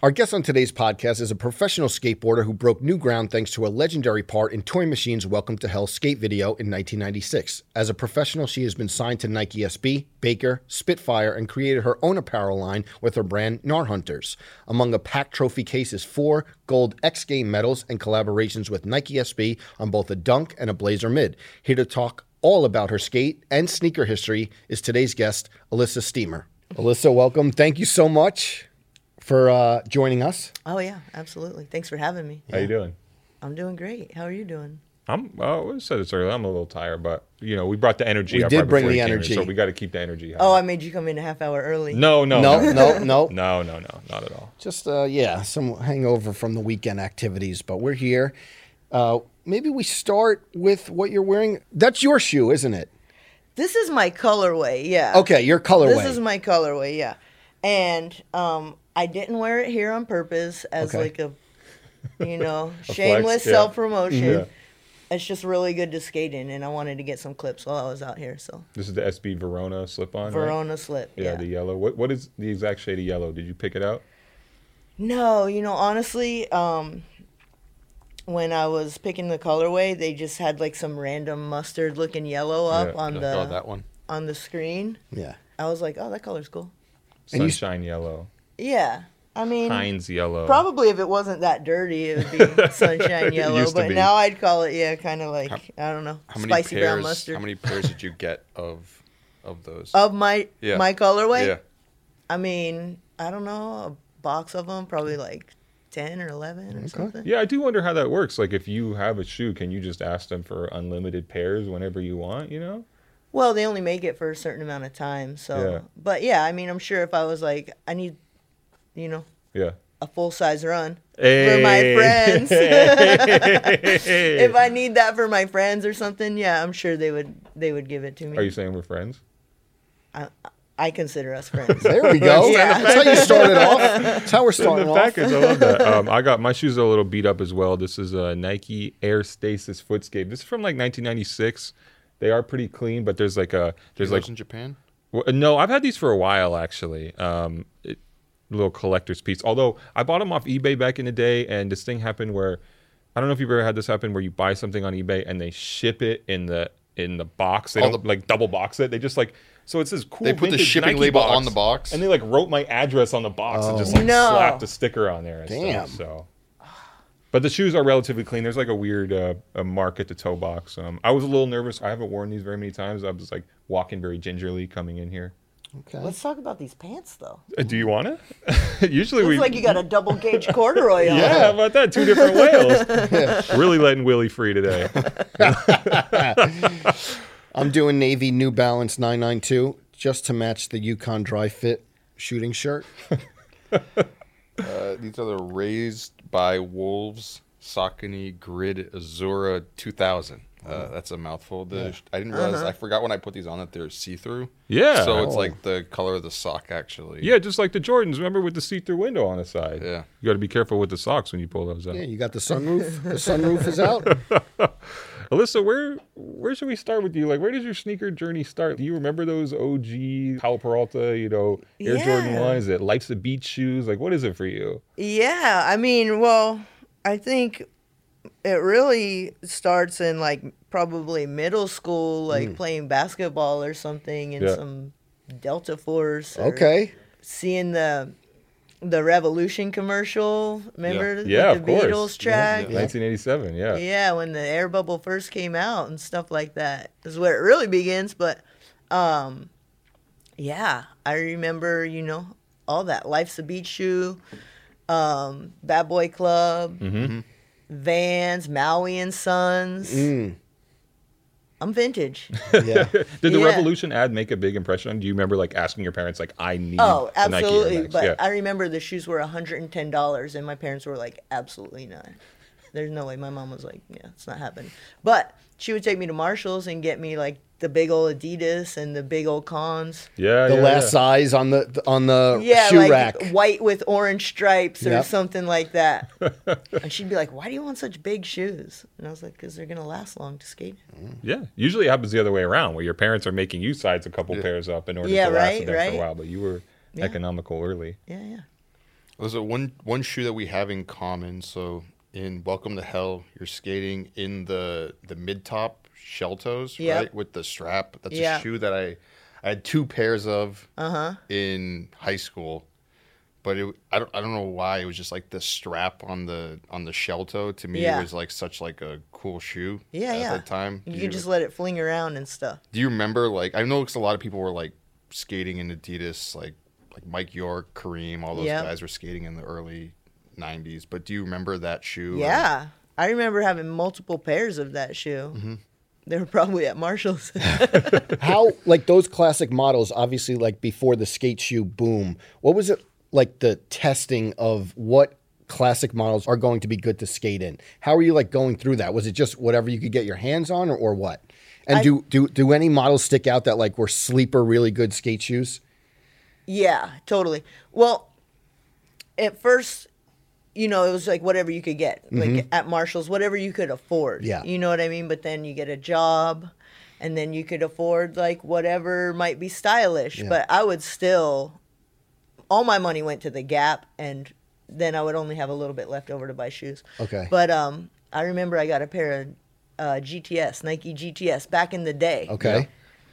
Our guest on today's podcast is a professional skateboarder who broke new ground thanks to a legendary part in Toy Machine's Welcome to Hell skate video in 1996. As a professional, she has been signed to Nike SB, Baker, Spitfire, and created her own apparel line with her brand Nar Hunters. Among a packed trophy case is four gold X Game medals and collaborations with Nike SB on both a dunk and a blazer mid. Here to talk all about her skate and sneaker history is today's guest, Alyssa Steamer. Alyssa, welcome. Thank you so much for uh, joining us.
Oh yeah, absolutely. Thanks for having me.
How you doing?
I'm doing great. How are you doing?
I'm. Oh, I said this earlier. I'm a little tired, but you know, we brought the energy.
We
up
did
right
bring
before
the
you came in,
energy.
so we got to keep the energy. High.
Oh, I made you come in a half hour early.
no, no,
No,
Oh,
no,
no,
no.
no, no, no, not at all.
Just uh, yeah, some hangover from the weekend activities, but we're here. Uh, maybe we start with what you're wearing. That's your shoe, isn't it?
This is my colorway, yeah.
Okay, your colorway.
This is my colorway, yeah. And um, I didn't wear it here on purpose as
Okay.
like a, you know,
flex,
shameless
yeah. Mm-hmm.
self promotion.
Yeah.
It's just really good to skate in, and I wanted to get some clips while I was out here. So
This is the SB Verona slip-on. right?
Verona slip.
Yeah, the yellow. What what is the exact shade of yellow? Did you pick it out?
No, you know, honestly, um, when I was picking the colorway, they just had like some random mustard looking yellow up
Yeah,
on
Oh,
the
that one.
on the screen.
yeah.
I was like, oh, that color's cool.
And you-
Sunshine yellow,
Yeah, I mean,
Heinz yellow.
probably if it wasn't that dirty, it would be sunshine
It
yellow.
used to
But
be.
now I'd call it, yeah, kind of like I don't know,
How many
spicy
pairs?
brown mustard. Oh.
How many pairs did you get of of those?
of my
Yeah.
my colorway?
yeah.
I mean, I don't know, a box of them, probably like ten or eleven or something.
Yeah, I do wonder how that works. Like, if you have a shoe, can you just ask them for unlimited pairs whenever you want? You know?
Well, they only make it for a certain amount of time. So,
Yeah.
but yeah, I mean, I'm sure if I was like, I need, you know,
Yeah.
a full size run for
Hey.
my friends. if I need that for my friends or something, yeah, I'm sure they would they would give it to me.
Are you saying we're friends?
I, I consider us friends.
There we go.
Yeah.
That's how you started off. That's how we're starting
the
off.
package, I love that. Um, I got my shoes are a little beat up as well. This is a Nike Air Stasis Footscape. This is from like 1996. They are pretty clean, but there's like a there's
Those
like
in Japan.
Well, no, I've had these for a while actually. Um, it, little collector's piece. Although I bought them off eBay back in the day, and this thing happened where I don't know if you've ever had this happen where you buy something on eBay and they ship it in the in the box. They
Oh,
don't
the-
like double box it. They just like so it says cool.
They put the
vintage
shipping
Nike
label
box,
on the box?
and they like wrote my address on the box and just
Oh.
like
No.
slapped a sticker on there. And
Damn.
Stuff, so. But the shoes are relatively clean. There's like a weird uh, a mark at the toe box. Um, I was a little nervous. I haven't worn these very many times. I was like walking very gingerly coming in here.
Okay.
Let's talk about these pants though.
Uh, Do you want to? Usually we.
It's like you got a double gauge corduroy on.
yeah, how about that? Two different whales. really letting Willie free today.
I'm doing Navy New Balance 992 just to match the Yukon Dry Fit shooting shirt.
Uh, these are the raised by wolves Saucony Grid Azura 2000. Uh, that's a mouthful. The, I didn't realize.
Uh-huh.
I forgot when I put these on that they're see through.
Yeah.
So it's
Oh.
like the color of the sock actually.
Yeah, just like the Jordans. Remember with the see-through window on the side.
Yeah.
You got to be careful with the socks when you pull those out.
Yeah, you got the sunroof. The sunroof is out.
Alyssa, where where should we start with you? Like, where does your sneaker journey start? Do you remember those OG Palo Peralta, you know, Air Jordan
Yeah.
ones? Is it Life's a Beach shoes? Like, what is it for you?
Yeah, I mean, well, I think it really starts in like probably middle school, like playing basketball or something in
Hmm. Yeah.
some Delta Force. or
Okay.
Seeing the the Revolution commercial, remember with
Yeah,
the
of course.
Beatles track? Yeah,
Yeah.
1987. Yeah.
when the air bubble first came out and stuff like that is where it really begins. But um, yeah, I remember, you know, all that Life's a Beach Shoe um, Bad Boy Club, Vans, Maui and Sons. I'm vintage.
Yeah.
Did the
Yeah.
Revolution ad make a big impression? on you? Do you remember like asking your parents, like, I need?
oh,
a Nike Air
absolutely.
Max?
But
yeah.
I remember the shoes were $110, and my parents were like, absolutely not. There's no way. My mom was like, yeah, it's not happening. But she would take me to Marshall's and get me like the big old Adidas and the big old cons.
yeah,
The
yeah,
last
yeah.
size on the on the
Yeah,
Oh, shoe
like
rack.
white with orange stripes or
Yep.
something like that. and she'd be like, why do you want such big shoes? And I was like, because they're going to last long to skate. in."
Yeah, usually it happens the other way around, where your parents are making you size a couple pairs up in order
Yeah,
to last
right,
them for a
right.
while. But you were
Yeah.
economical early.
Yeah, yeah.
There's a one one shoe that we have in common. So in Welcome to Hell, you're skating in the the mid top shell toes,
Yep.
right? With the strap. That's
Yeah. Uh-huh.
a shoe that I I had two pairs of in high school. But it, I don't I don't know why it was just like the strap on the on the shell toe to me
Yeah.
was like such like a cool shoe.
Yeah,
at
yeah.
the time.
You
Did
can just let it fling around and stuff.
do you remember like I know 'cause a lot of people were like skating in Adidas, like like Mike York, Kareem, all those
Yep.
guys were skating in the early '90s. But do you remember that shoe? or-
Yeah. I remember having multiple pairs of that shoe. They were probably at Marshall's.
How like those classic models? Obviously, like before the skate shoe boom, what was it like? The testing of what classic models are going to be good to skate in. How are you like going through that? Was it just whatever you could get your hands on, or, or what? And do do do any models stick out that like were sleeper really good skate shoes?
Yeah, totally. Well, at first, you know, it was like whatever you could get, like at Marshalls, whatever you could afford.
Mm-hmm. Yeah.
You know what I mean? But then you get a job and then you could afford like whatever might be stylish. But I would still, all my money went to the Gap and then I would only have a little bit left over to buy shoes.
Okay.
But um, I remember I got a pair of uh, GTS, Nike GTS back in the day
Okay,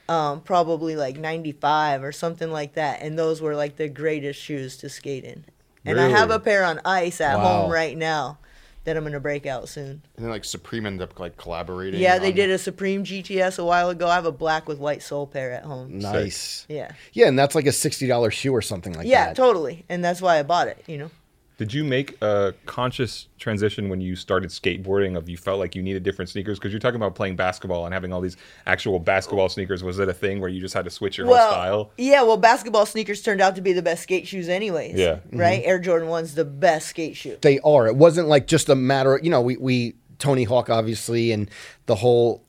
um, probably like 95 or something like that. And those were like the greatest shoes to skate in. And I have
Really?
a pair on ice at
Wow.
home right now that I'm going to break out soon.
And then like Supreme ended up like collaborating.
Yeah, they
on-
did a Supreme GTS a while ago. I have a black with white sole pair at home.
nice.
Yeah.
Yeah, and that's like a sixty dollars shoe or something like
Yeah,
that.
totally. And that's why I bought it, you know?
Did you make a conscious transition when you started skateboarding of you felt like you needed different sneakers? Because you're talking about playing basketball and having all these actual basketball sneakers. Was it a thing where you just had to switch your whole style?
Yeah, well, basketball sneakers turned out to be the best skate shoes, anyways.
Yeah.
Right? Air Jordan 1's the best skate shoe.
they are. It wasn't like just a matter. You know, we we Tony Hawk obviously and the whole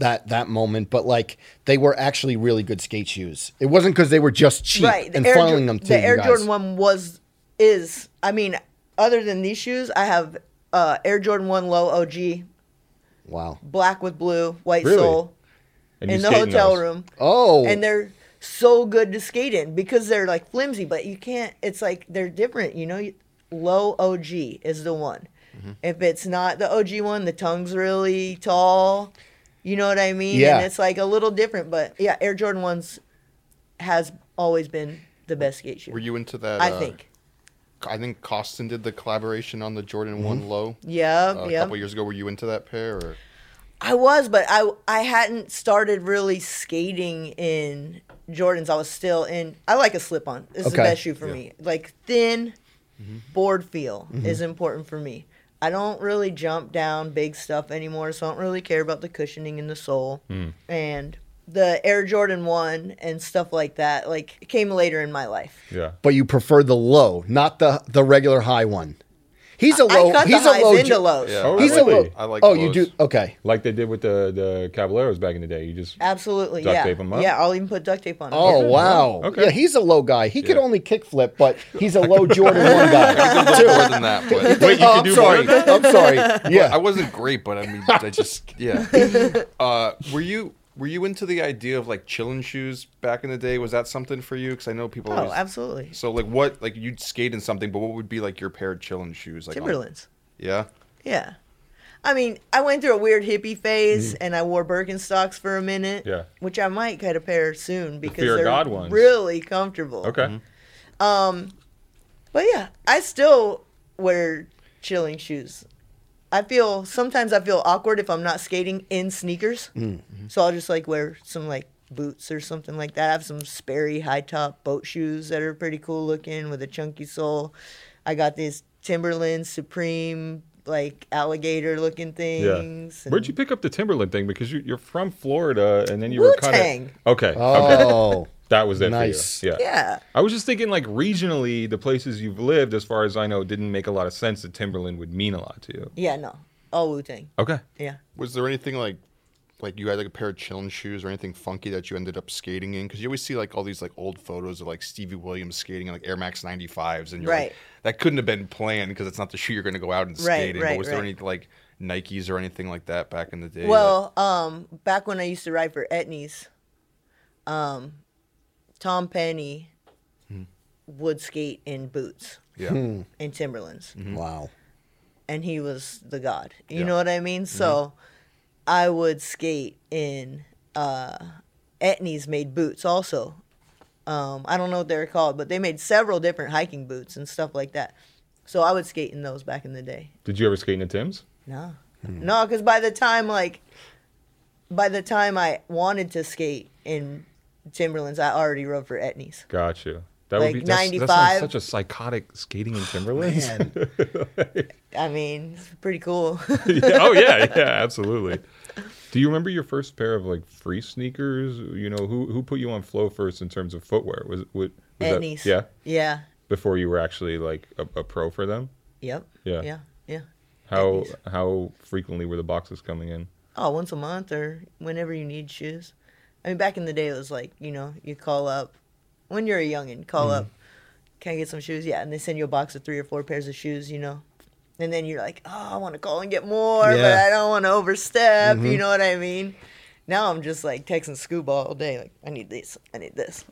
that that moment, but like they were actually really good skate shoes. It wasn't because they were just cheap
right, the
and
Air Jor-
funneling them to
The
you
Air
guys.
Jordan One was is I mean, other than these shoes, I have uh, Air Jordan One Low OG,
Wow.
black with blue, white
Really?
sole,
you
in the
skate in
hotel
those.
room.
Oh,
and they're so good to skate in because they're like flimsy, but you can't. It's like they're different, you know. Low OG is the one.
Mm-hmm.
If it's not the OG one, the tongue's really tall. You know what I mean?
Yeah.
And it's like a little different, but yeah, Air Jordan ones has always been the best skate shoe.
Were you into that?
I
uh,
think.
I think Costin did the collaboration on the Jordan
Mm-hmm.
One Low
Yeah,
uh, a
yeah.
couple years ago. Were you into that pair? Or?
I was, but I I hadn't started really skating in Jordans. I was still in. I like a slip on. This is the
Okay. Mm-hmm.
best shoe for me. Like thin board feel is important for me. I don't really jump down big stuff anymore, so I don't really care about the cushioning in the sole
Mm.
and the Air Jordan One and stuff like that. Like it came later in my life.
Yeah.
but you prefer the low, not the the regular high one. He's a
I
low.
cut
he's
the
a
highs
low.
into
Jo-
lows.
Yeah.
Oh,
He's
really?
a low.
I like
oh, you
lows.
do. Okay.
Like they did with the the Caballeros back in the day. You just
Absolutely,
Duct
yeah.
tape 'em up?
Yeah, I'll even put duct tape on. 'em.
Oh wow.
Okay.
Yeah, he's a low guy. He could
Yeah. only
only kickflip, but he's a low Jordan one guy.
More than that, but
Wait, you
oh,
can
I'm
do
sorry.
more.
I'm sorry.
I
Yeah.
wasn't great, but I mean, I just yeah. Uh, were you were you into the idea of like chillin' shoes back in the day? Was that something for you? Because I know people.
Oh,
always-
absolutely.
So like, what like you'd skate in something, but what would be like your pair of chillin' shoes? Like on-
Timberlands.
yeah.
Yeah. I mean, I went through a weird hippie phase and I wore Birkenstocks for a minute.
Mm-hmm. Yeah.
Which I might cut a pair soon because
Fear of
they're
God ones.
really comfortable.
Okay.
Mm-hmm.
But yeah, I still wear chilling shoes. I feel sometimes I feel awkward if I'm not skating in sneakers.
Mm-hmm.
So I'll just like wear some like boots or something like that. I have some Sperry high top boat shoes that are pretty cool looking with a chunky sole. I got these Timberland Supreme like alligator looking things.
Where'd you
and-
pick up the Timberland thing? Because you, you're from Florida, and then you
Wu-Tang.
were kind of okay. Okay,
Oh.
that was it.
Nice.
For you. Yeah.
Yeah.
I was just thinking, like regionally, the places you've lived, as far as I know, didn't make a lot of sense that Timberland would mean a lot to you.
Yeah, no. All Wu Tang.
Okay.
Yeah.
Was there anything like like you had like a pair of chillin' shoes or anything funky that you ended up skating in? Because you always see like all these like old photos of like Stevie Williams skating in like Air Max 95s, and you're
Right.
like, that couldn't have been planned because it's not the shoe you're going to go out and skate
Right,
in.
right,
but was
right.
there any like Nikes or anything like that back in the day? that-
Well, um, back when I used to ride for Etnies, um, Tom Penny would skate in boots
yeah.
in Timberlands,
Wow.
and he was the god. You
Yeah.
know what I mean? So I would skate in uh, Etnies made boots also. Um, I don't know what they were called, but they made several different hiking boots and stuff like that. So I would skate in those back in the day.
Did you ever skate in a Tim's?
No.
Hmm.
No, because by the time like, by the time I wanted to skate in Timberlands, I already rode for Etnies.
Got you. That
Like
would be that's, that sounds
95.
such a psychotic skating in Timberlands.
Man,
I mean, it's pretty cool.
Yeah, oh yeah, yeah, absolutely. Do you remember your first pair of like free sneakers? You know who who put you on flow first in terms of footwear? Was was, was that
Etnies.
yeah
Yeah.
before you were actually like a, a pro for them?
Yep.
Yeah.
Yeah. Yeah.
How
Etnies.
how frequently were the boxes coming in?
Oh, once a month or whenever you need shoes. I mean, back in the day, it was like you know, you call up when you're a youngin, call up, can I get some shoes? Yeah, and they send you a box of three or four pairs of shoes, you know. And then you're like, oh, I want to call and get more, but
Yeah.
I don't want to overstep. You know what I mean? Now I'm just like texting Scuba all day, like I need this, I need this.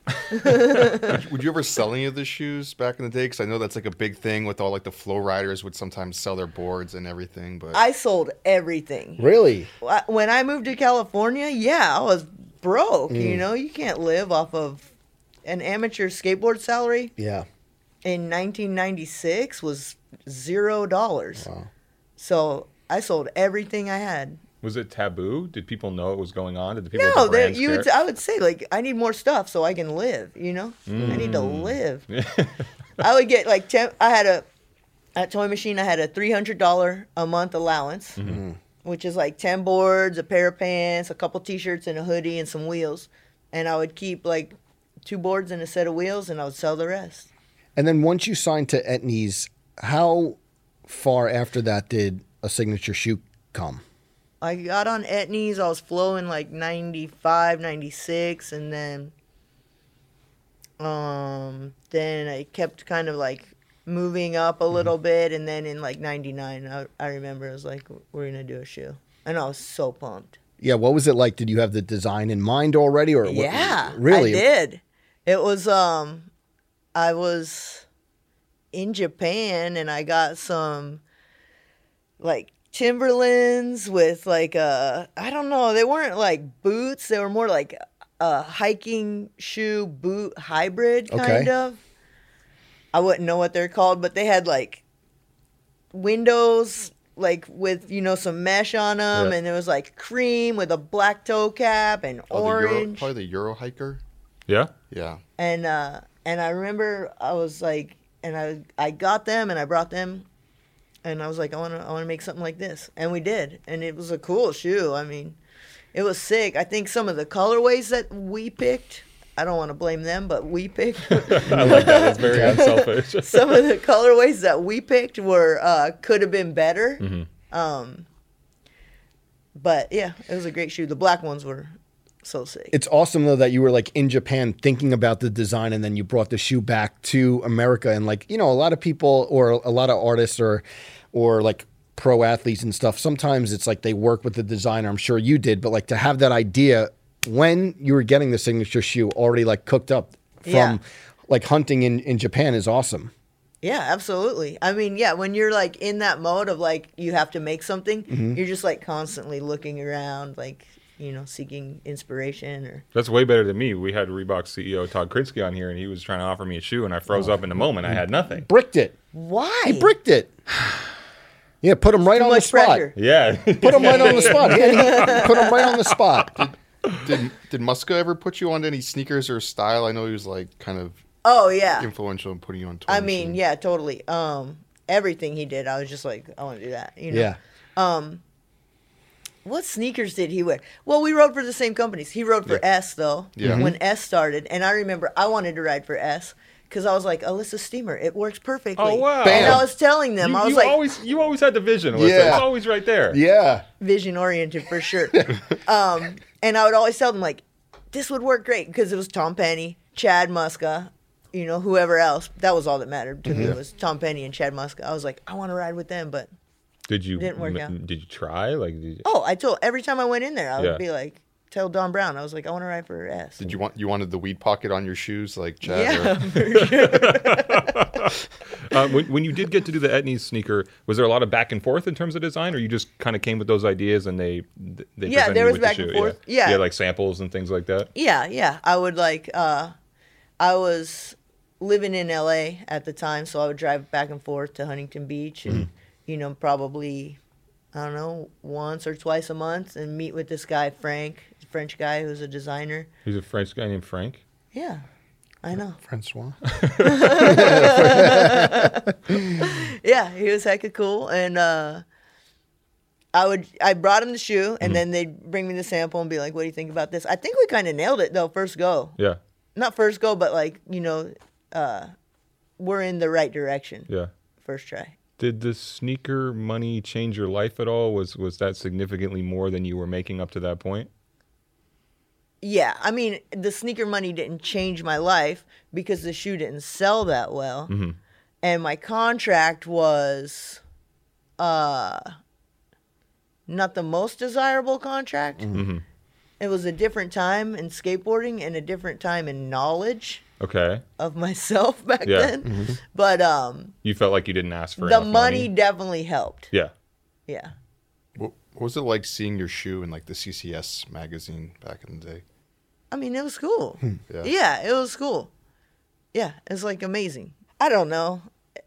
Would you ever sell any of the shoes back in the day? Because I know that's like a big thing with all like the flow riders would sometimes sell their boards and everything. But
I sold everything.
really?
Wh- when I moved to California, yeah, I was broke. You know, you can't live off of an amateur skateboard salary
Yeah.
in 1996 was zero dollars.
Wow.
So I sold everything I had.
Was it taboo? Did people know it was going on? Did the people at
No,
the
there,
brands
you would,
care?
I would say like I need more stuff so I can live. You know, I need to
Mm.
live. I would get like ten, I had a at Toy Machine I had a three hundred dollar a month allowance,
Mm-hmm.
Mm-hmm. which is like ten boards, a pair of pants, a couple T-shirts, and a hoodie, and some wheels. And I would keep like two boards and a set of wheels, and I would sell the rest.
And then once you signed to Etnies, how far after that did a signature shoe come?
I got on Etnies. I was flowing like 95, 96, and then, um, then I kept kind of like moving up a little bit, and then in like '99, I, I remember I was like, "We're gonna do a shoe," and I was so pumped.
Yeah, what was it like? Did you have the design in mind already, or what-
yeah,
really?
I did. It was um, I was in Japan, and I got some like Timberlands with like uh I don't know, they weren't like boots, they were more like a hiking shoe boot hybrid kind
Okay.
of. I wouldn't know what they're called, but they had like windows like with you know some mesh on them
Yeah.
and it was like cream with a black toe cap and
Oh, the Euro-
orange
probably the Euro hiker.
yeah.
Yeah.
and uh and I remember I was like and I I got them and I brought them and I was like I want to I want to make something like this and we did and it was a cool shoe I mean it was sick I think some of the colorways that we picked I don't want to blame them but we picked
I like that. That's very unselfish.
some of the colorways that we picked were uh could have been better um but yeah it was a great shoe the black ones were so sick
It's awesome though that you were like in Japan thinking about the design, and then you brought the shoe back to America, and like you know, a lot of people or a lot of artists or or like pro athletes and stuff. Sometimes it's like they work with the designer. I'm sure you did, but like to have that idea when you were getting the signature shoe already like cooked up from
Yeah.
like hunting in in Japan is awesome.
Yeah, absolutely. I mean, yeah, when you're like in that mode of like you have to make something, you're just like constantly looking around, like, you know, seeking inspiration or
That's way better than me. We had Reebok CEO Todd Krinsky on here, and he was trying to offer me a shoe, and I froze up in the moment. I had nothing.
Bricked it.
why?
He bricked it. Yeah, put him right on the
much
spot.
pressure.
Yeah.
Put him right on the spot. Yeah, he put him right on the spot.
Did Did Muska ever put you on any sneakers or style? I know he was like kind of
oh yeah.
influential in putting you on. Toy
I mean,
Machine.
yeah, totally. Um everything he did, I was just like, I want to do that, you know.
Yeah.
What sneakers did he wear? Well, we rode for the same companies. He rode for S though.
Yeah.
When S started, and I remember I wanted to ride for S because I was like Alyssa Steamer. It works perfectly.
Oh, wow.
And
Bam.
I was telling them,
you,
I was
you
like,
always you always had the vision. Alyssa.
Yeah.
It's always right there.
Yeah.
vision oriented for sure. um, and I would always tell them like, this would work great because it was Tom Penny, Chad Muska, you know, whoever else. That was all that mattered to
Mm-hmm.
me was Tom Penny and Chad Muska. I was like, I want to ride with them, but
Did you
Didn't work
m-
out.
Did you try? Like, did you,
oh, I told every time I went in there, I would
Yeah.
be like, tell Don Brown, I was like, I want to ride for S.
Did you want you wanted the weed pocket on your shoes like Chad?
Yeah,
Or,
for sure.
uh, when, when you did get to do the Etnies sneaker, was there a lot of back and forth in terms of design, or you just kind of came with those ideas and they th- they
Yeah,
presented you
there was
with
back
the
and
shoe?
forth.
Yeah.
Yeah.
You had, like samples and things like that.
Yeah, yeah. I would like uh I was living in LA at the time, so I would drive back and forth to Huntington Beach and you know, probably I don't know, once or twice a month and meet with this guy Frank, French guy who's a designer.
He's a French guy named Frank.
Yeah. I know.
Francois.
Yeah, he was hecka cool, and uh, I would I brought him the shoe, and then they'd bring me the sample and be like, "What do you think about this?" I think we kind of nailed it though, first go.
Yeah.
Not first go, but like you know, uh, we're in the right direction.
Yeah.
First try.
Did the sneaker money change your life at all? Was was that significantly more than you were making up to that point?
Yeah, I mean, the sneaker money didn't change my life because the shoe didn't sell that well.
Mm-hmm.
And my contract was uh not the most desirable contract.
Mm-hmm.
Mm-hmm. It was a different time in skateboarding and a different time in knowledge
Okay.
of myself back
Yeah.
then. But um
You felt like you didn't ask for
the
enough
money,
money.
definitely helped.
Yeah.
Yeah.
Wh- What was it like seeing your shoe in like the CCS magazine back in the day?
I mean, it was cool.
Hmm.
Yeah.
Yeah. it was cool. Yeah, it's like amazing. I don't know.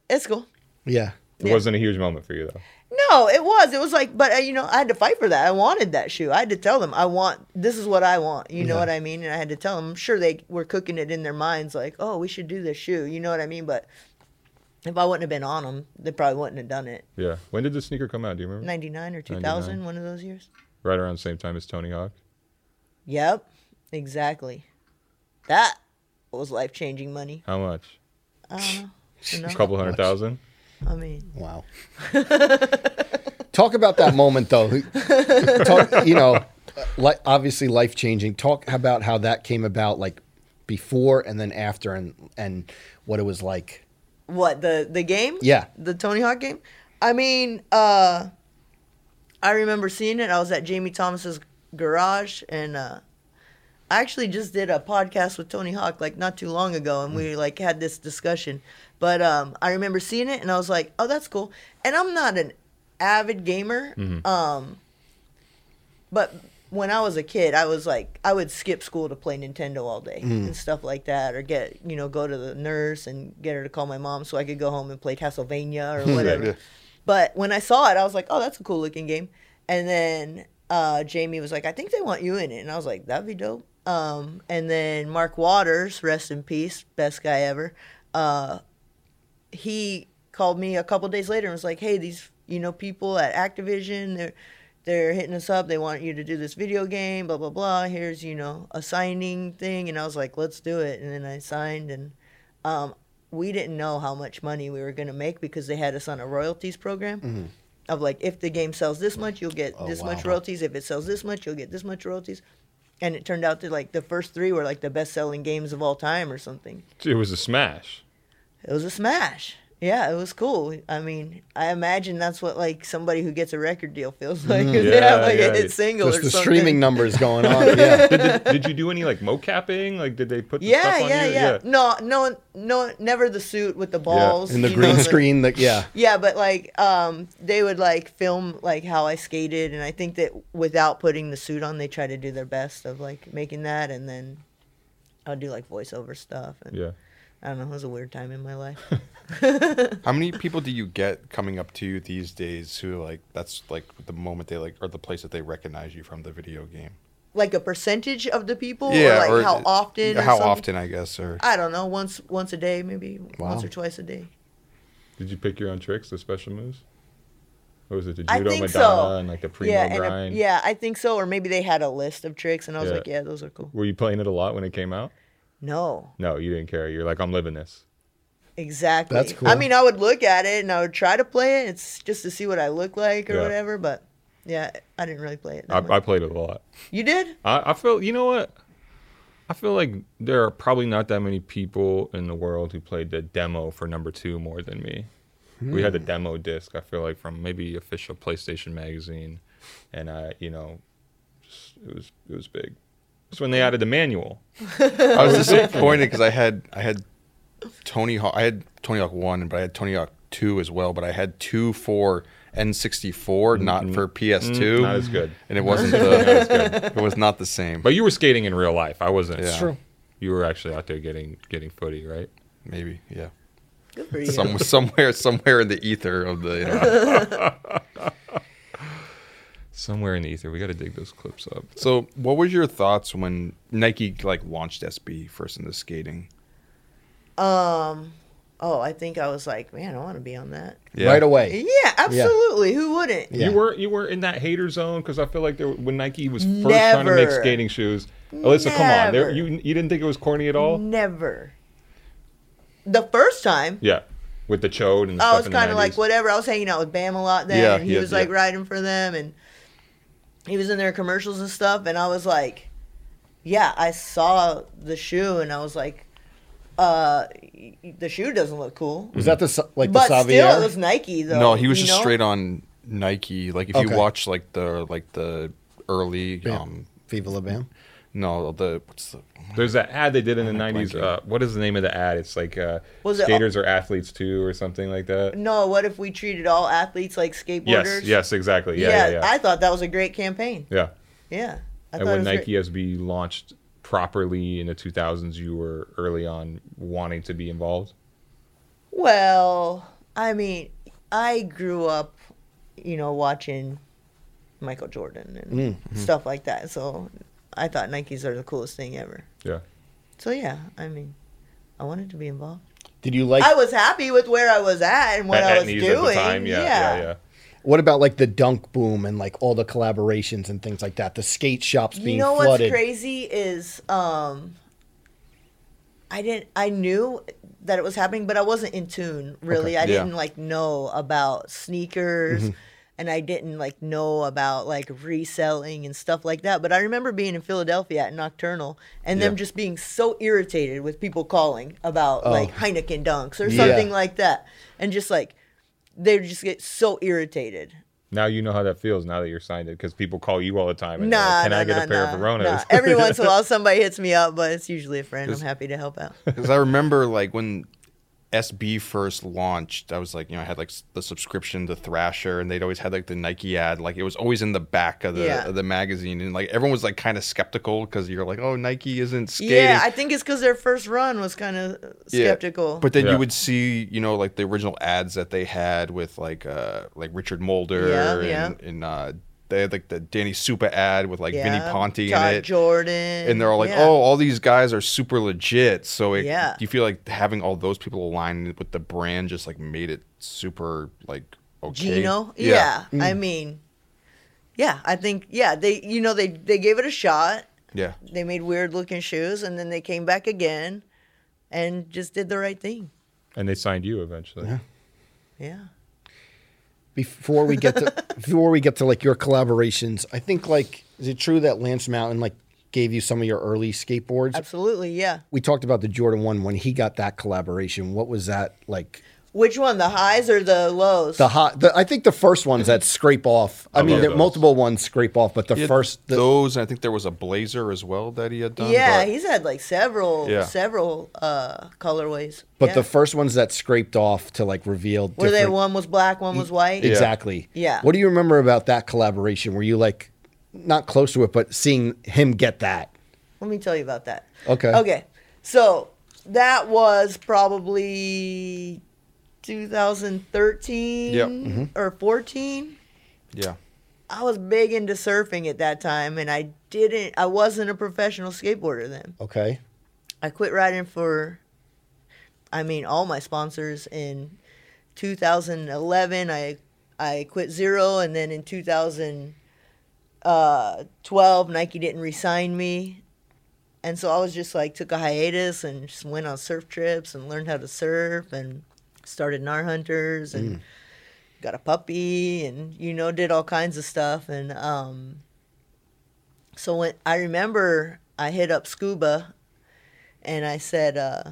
It's cool.
yeah.
It
Yeah.
wasn't a huge moment for you though.
No, it was. It was like, but uh, you know, I had to fight for that. I wanted that shoe. I had to tell them, I want this is what I want. You know what I mean? And I had to tell them. I'm sure they were cooking it in their minds, like, oh, we should do this shoe. You know what I mean? But if I wouldn't have been on them, they probably wouldn't have done it.
Yeah. When did the sneaker come out? Do you remember?
Ninety nine or two thousand,
99.
one of those years.
Right around the same time as Tony Hawk.
Yep, exactly. That was life changing money.
How much?
I don't know. You know?
A couple hundred thousand.
I mean,
Wow. Talk about that moment, though. Talk, you know, li- obviously life changing. Talk about how that came about, like before and then after, and and what it was like.
what the the game?
Yeah.
the Tony Hawk game. I mean, uh, I remember seeing it. I was at Jamie Thomas's garage, and uh, I actually just did a podcast with Tony Hawk like not too long ago, and we like had this discussion. But um, I remember seeing it, and I was like, "Oh, that's cool." And I'm not an avid gamer, um, but when I was a kid, I was like, I would skip school to play Nintendo all day and stuff like that, or get you know go to the nurse and get her to call my mom so I could go home and play Castlevania or whatever.
yeah.
But when I saw it, I was like, "Oh, that's a cool looking game." And then uh, Jamie was like, "I think they want you in it," and I was like, "That'd be dope." Um, and then Mark Waters, rest in peace, best guy ever. Uh, he called me a couple days later and was like, "Hey, these you know people at Activision, they're they're hitting us up. They want you to do this video game, blah blah blah. Here's you know a signing thing." And I was like, "Let's do it." And then I signed, and um, we didn't know how much money we were gonna make because they had us on a royalties program. Of like, if the game sells this much, you'll get this much royalties. If it sells this much, you'll get this much royalties. And it turned out that like the first three were like the best-selling games of all time or something
It was a smash.
it was a smash. Yeah, it was cool. I mean, I imagine that's what like somebody who gets a record deal feels like. yeah,
Mm-hmm. yeah,
like
yeah.
a hit single
Just
or
the
something.
streaming numbers going on. Yeah.
did, did you do any like mocapping? Like, did they put the
Yeah,
stuff on
yeah,
you?
yeah, No, no, no, never the suit with the balls
And the
you
green
know, like-
screen. That yeah.
Yeah, but like um, they would like film like how I skated, and I think that without putting the suit on, they try to do their best of like making that, and then I'll do like voiceover stuff. And
Yeah.
I don't know, it was a weird time in my life.
How many people do you get coming up to you these days who like that's like the moment they like or the place that they recognize you from the video game?
like a percentage of the people, or like how often, or
How
something?
often, I guess, or
I don't know, once once a day, maybe once or twice a day.
Did you pick your own tricks, the special moves? Or was it the
I
judo
think
Madonna
so.
and like the primo
and a-
grind?
yeah, I think so. Or maybe they had a list of tricks, and I was
Yeah.
like, yeah, those are cool.
Were you playing it a lot when it came out?
No,
No, you didn't care. You're like, I'm living this.
exactly.
That's cool.
I mean, I would look at it and I would try to play it. It's just to see what I look like or
Yeah.
whatever. But yeah, I didn't really play it.
I,
That much.
I played it a lot.
you did?
I, I feel, you know what? I feel like there are probably not that many people in the world who played the demo for number two more than me. We had the demo disc, I feel like, from maybe official PlayStation magazine. And I, you know, just, it was it was big. It's when they added the manual.
I was disappointed because I had I had Tony Hawk. I had Tony Hawk one, but I had Tony Hawk two as well. But I had two for N64, not for PS2.
Mm-hmm. Mm, Not as good.
And it wasn't
Not as
the,
good.
it was not the same.
But you were skating in real life. I wasn't.
It's Yeah. true.
You were actually out there getting getting footy, right?
maybe, yeah.
Good for you.
Some, somewhere, somewhere in the ether of the. internet.
Somewhere in the ether. We got to dig those clips up.
so, what was your thoughts when Nike like launched SB first into skating?
Oh, I think I was like, man, I want to be on that.
Yeah.
Right away.
Yeah, absolutely. Who wouldn't?
Yeah.
You were you were in that hater zone because I feel like there, when Nike was first trying to make
Never.
skating shoes. Alyssa, come on, there,
Never.
you you didn't think it was corny at all?
Never. The first time,
Yeah, with the chode and the
I
stuff
was
in the
kind of
90s.
like whatever. I was hanging out with Bam a lot then,
Yeah,
and he
yeah,
was like
yeah.
riding for them, and he was in their commercials and stuff, and I was like, yeah, I saw the shoe, and I was like, uh, y- y- the shoe doesn't look cool,
Was that the Sa- like
but
the
still, it
Savier?
was Nike though.
No, he was
you
just
know?
straight on Nike. Like if
Okay.
you watch like the like the early um
Viva La Bam.
no the what's the
There's that ad they did in the '90s.
blanking.
Uh, what is the name of the ad? It's like uh,
Was it-
skaters are athletes too, or something like that.
No, what if we treated all athletes like skateboarders?
Yes, yes, exactly. Yeah, yeah, yeah.
I thought that was a great campaign.
yeah.
Yeah, I
and
thought it
when
was
Nike
great.
SB launched properly in the 2000s, you were early on wanting to be involved.
Well, I mean, I grew up, you know, watching Michael Jordan and
Mm, mm-hmm.
stuff like that. So I thought Nikes are the coolest thing ever.
Yeah.
So yeah, I mean, I wanted to be involved.
Did you like?
I was happy with where I was at and what
at,
I
at
was
knees
doing.
at the time. Yeah, yeah, yeah.
what about like the dunk boom and like all the collaborations and things like that? The skate shops
You
being
know what's
flooded.
crazy is um I didn't I knew that it was happening but I wasn't in tune really. I
Yeah.
didn't like know about sneakers
Mm-hmm.
and I didn't like know about like reselling and stuff like that. But I remember being in Philadelphia at Nocturnal and them
Yeah.
just being so irritated with people calling about like Heineken dunks or
Oh. Yeah.
something like that. And just like they just get so irritated.
Now you know how that feels now that you're signed it because people call you all the time. And they're
Nah,
like, Can
nah,
I get
nah,
a pair
nah,
of Veronas?
nah. Every once in a while, somebody hits me up, but it's usually a friend. I'm happy to help out.
Because I remember like when SB first launched, I was like, you know, I had like s- the subscription to Thrasher, and they'd always had like the Nike ad, like it was always in the back of the
Yeah.
of the magazine, and like everyone was like kind of skeptical because you're like, oh, Nike isn't skating.
yeah, I think it's because their first run was kind of
Yeah.
skeptical.
But then
Yeah.
you would see, you know, like the original ads that they had with like uh like Richard Mulder
Yeah,
and,
yeah.
and uh they had like the Danny Supa ad with like Vinnie
Yeah,
Ponte
Todd
in it.
Jordan,
and they're all like,
yeah.
"Oh, all these guys are super legit." So it,
Yeah.
you feel like having all those people aligned with the brand just like made it super like okay. Mm.
Gino. Yeah, I mean, yeah, I think yeah they you know they they gave it a shot.
yeah,
They made weird looking shoes, and then they came back again, and just did the right thing.
and they signed you eventually.
Yeah.
before we get to before we get to like your collaborations, I think like is it true that Lance Mountain like gave you some of your early skateboards?
Absolutely, yeah.
We talked about the Jordan one when he got that collaboration. What was that like?
Which one, the highs or the lows?
The hot. The, I think the first one's that scrape off. I, mean,
love
there
those.
multiple ones scrape off, but the
He had
first the,
those, and I think there was a blazer as well that he had done.
yeah,
but-
he's had like several
Yeah.
several uh colorways.
but
yeah.
the first ones that scraped off to like reveal.
Were they
different-
one was black, one was white?
Exactly.
Yeah.
What do you remember about that collaboration? Were you like not close to it, but seeing him get that?
Let me tell you about that.
Okay.
Okay. So that was probably 2013
Yep.
Mm-hmm.
or 14.
yeah,
I was big into surfing at that time and I didn't I wasn't a professional skateboarder then.
Okay.
I quit riding for, I mean, all my sponsors in 2011. I I quit Zero, and then in 2012, Nike didn't re-sign me, and so I was just like took a hiatus and just went on surf trips and learned how to surf and started Nar Hunters and got a puppy and you know did all kinds of stuff and um. So when I remember, I hit up Scuba and I said, uh,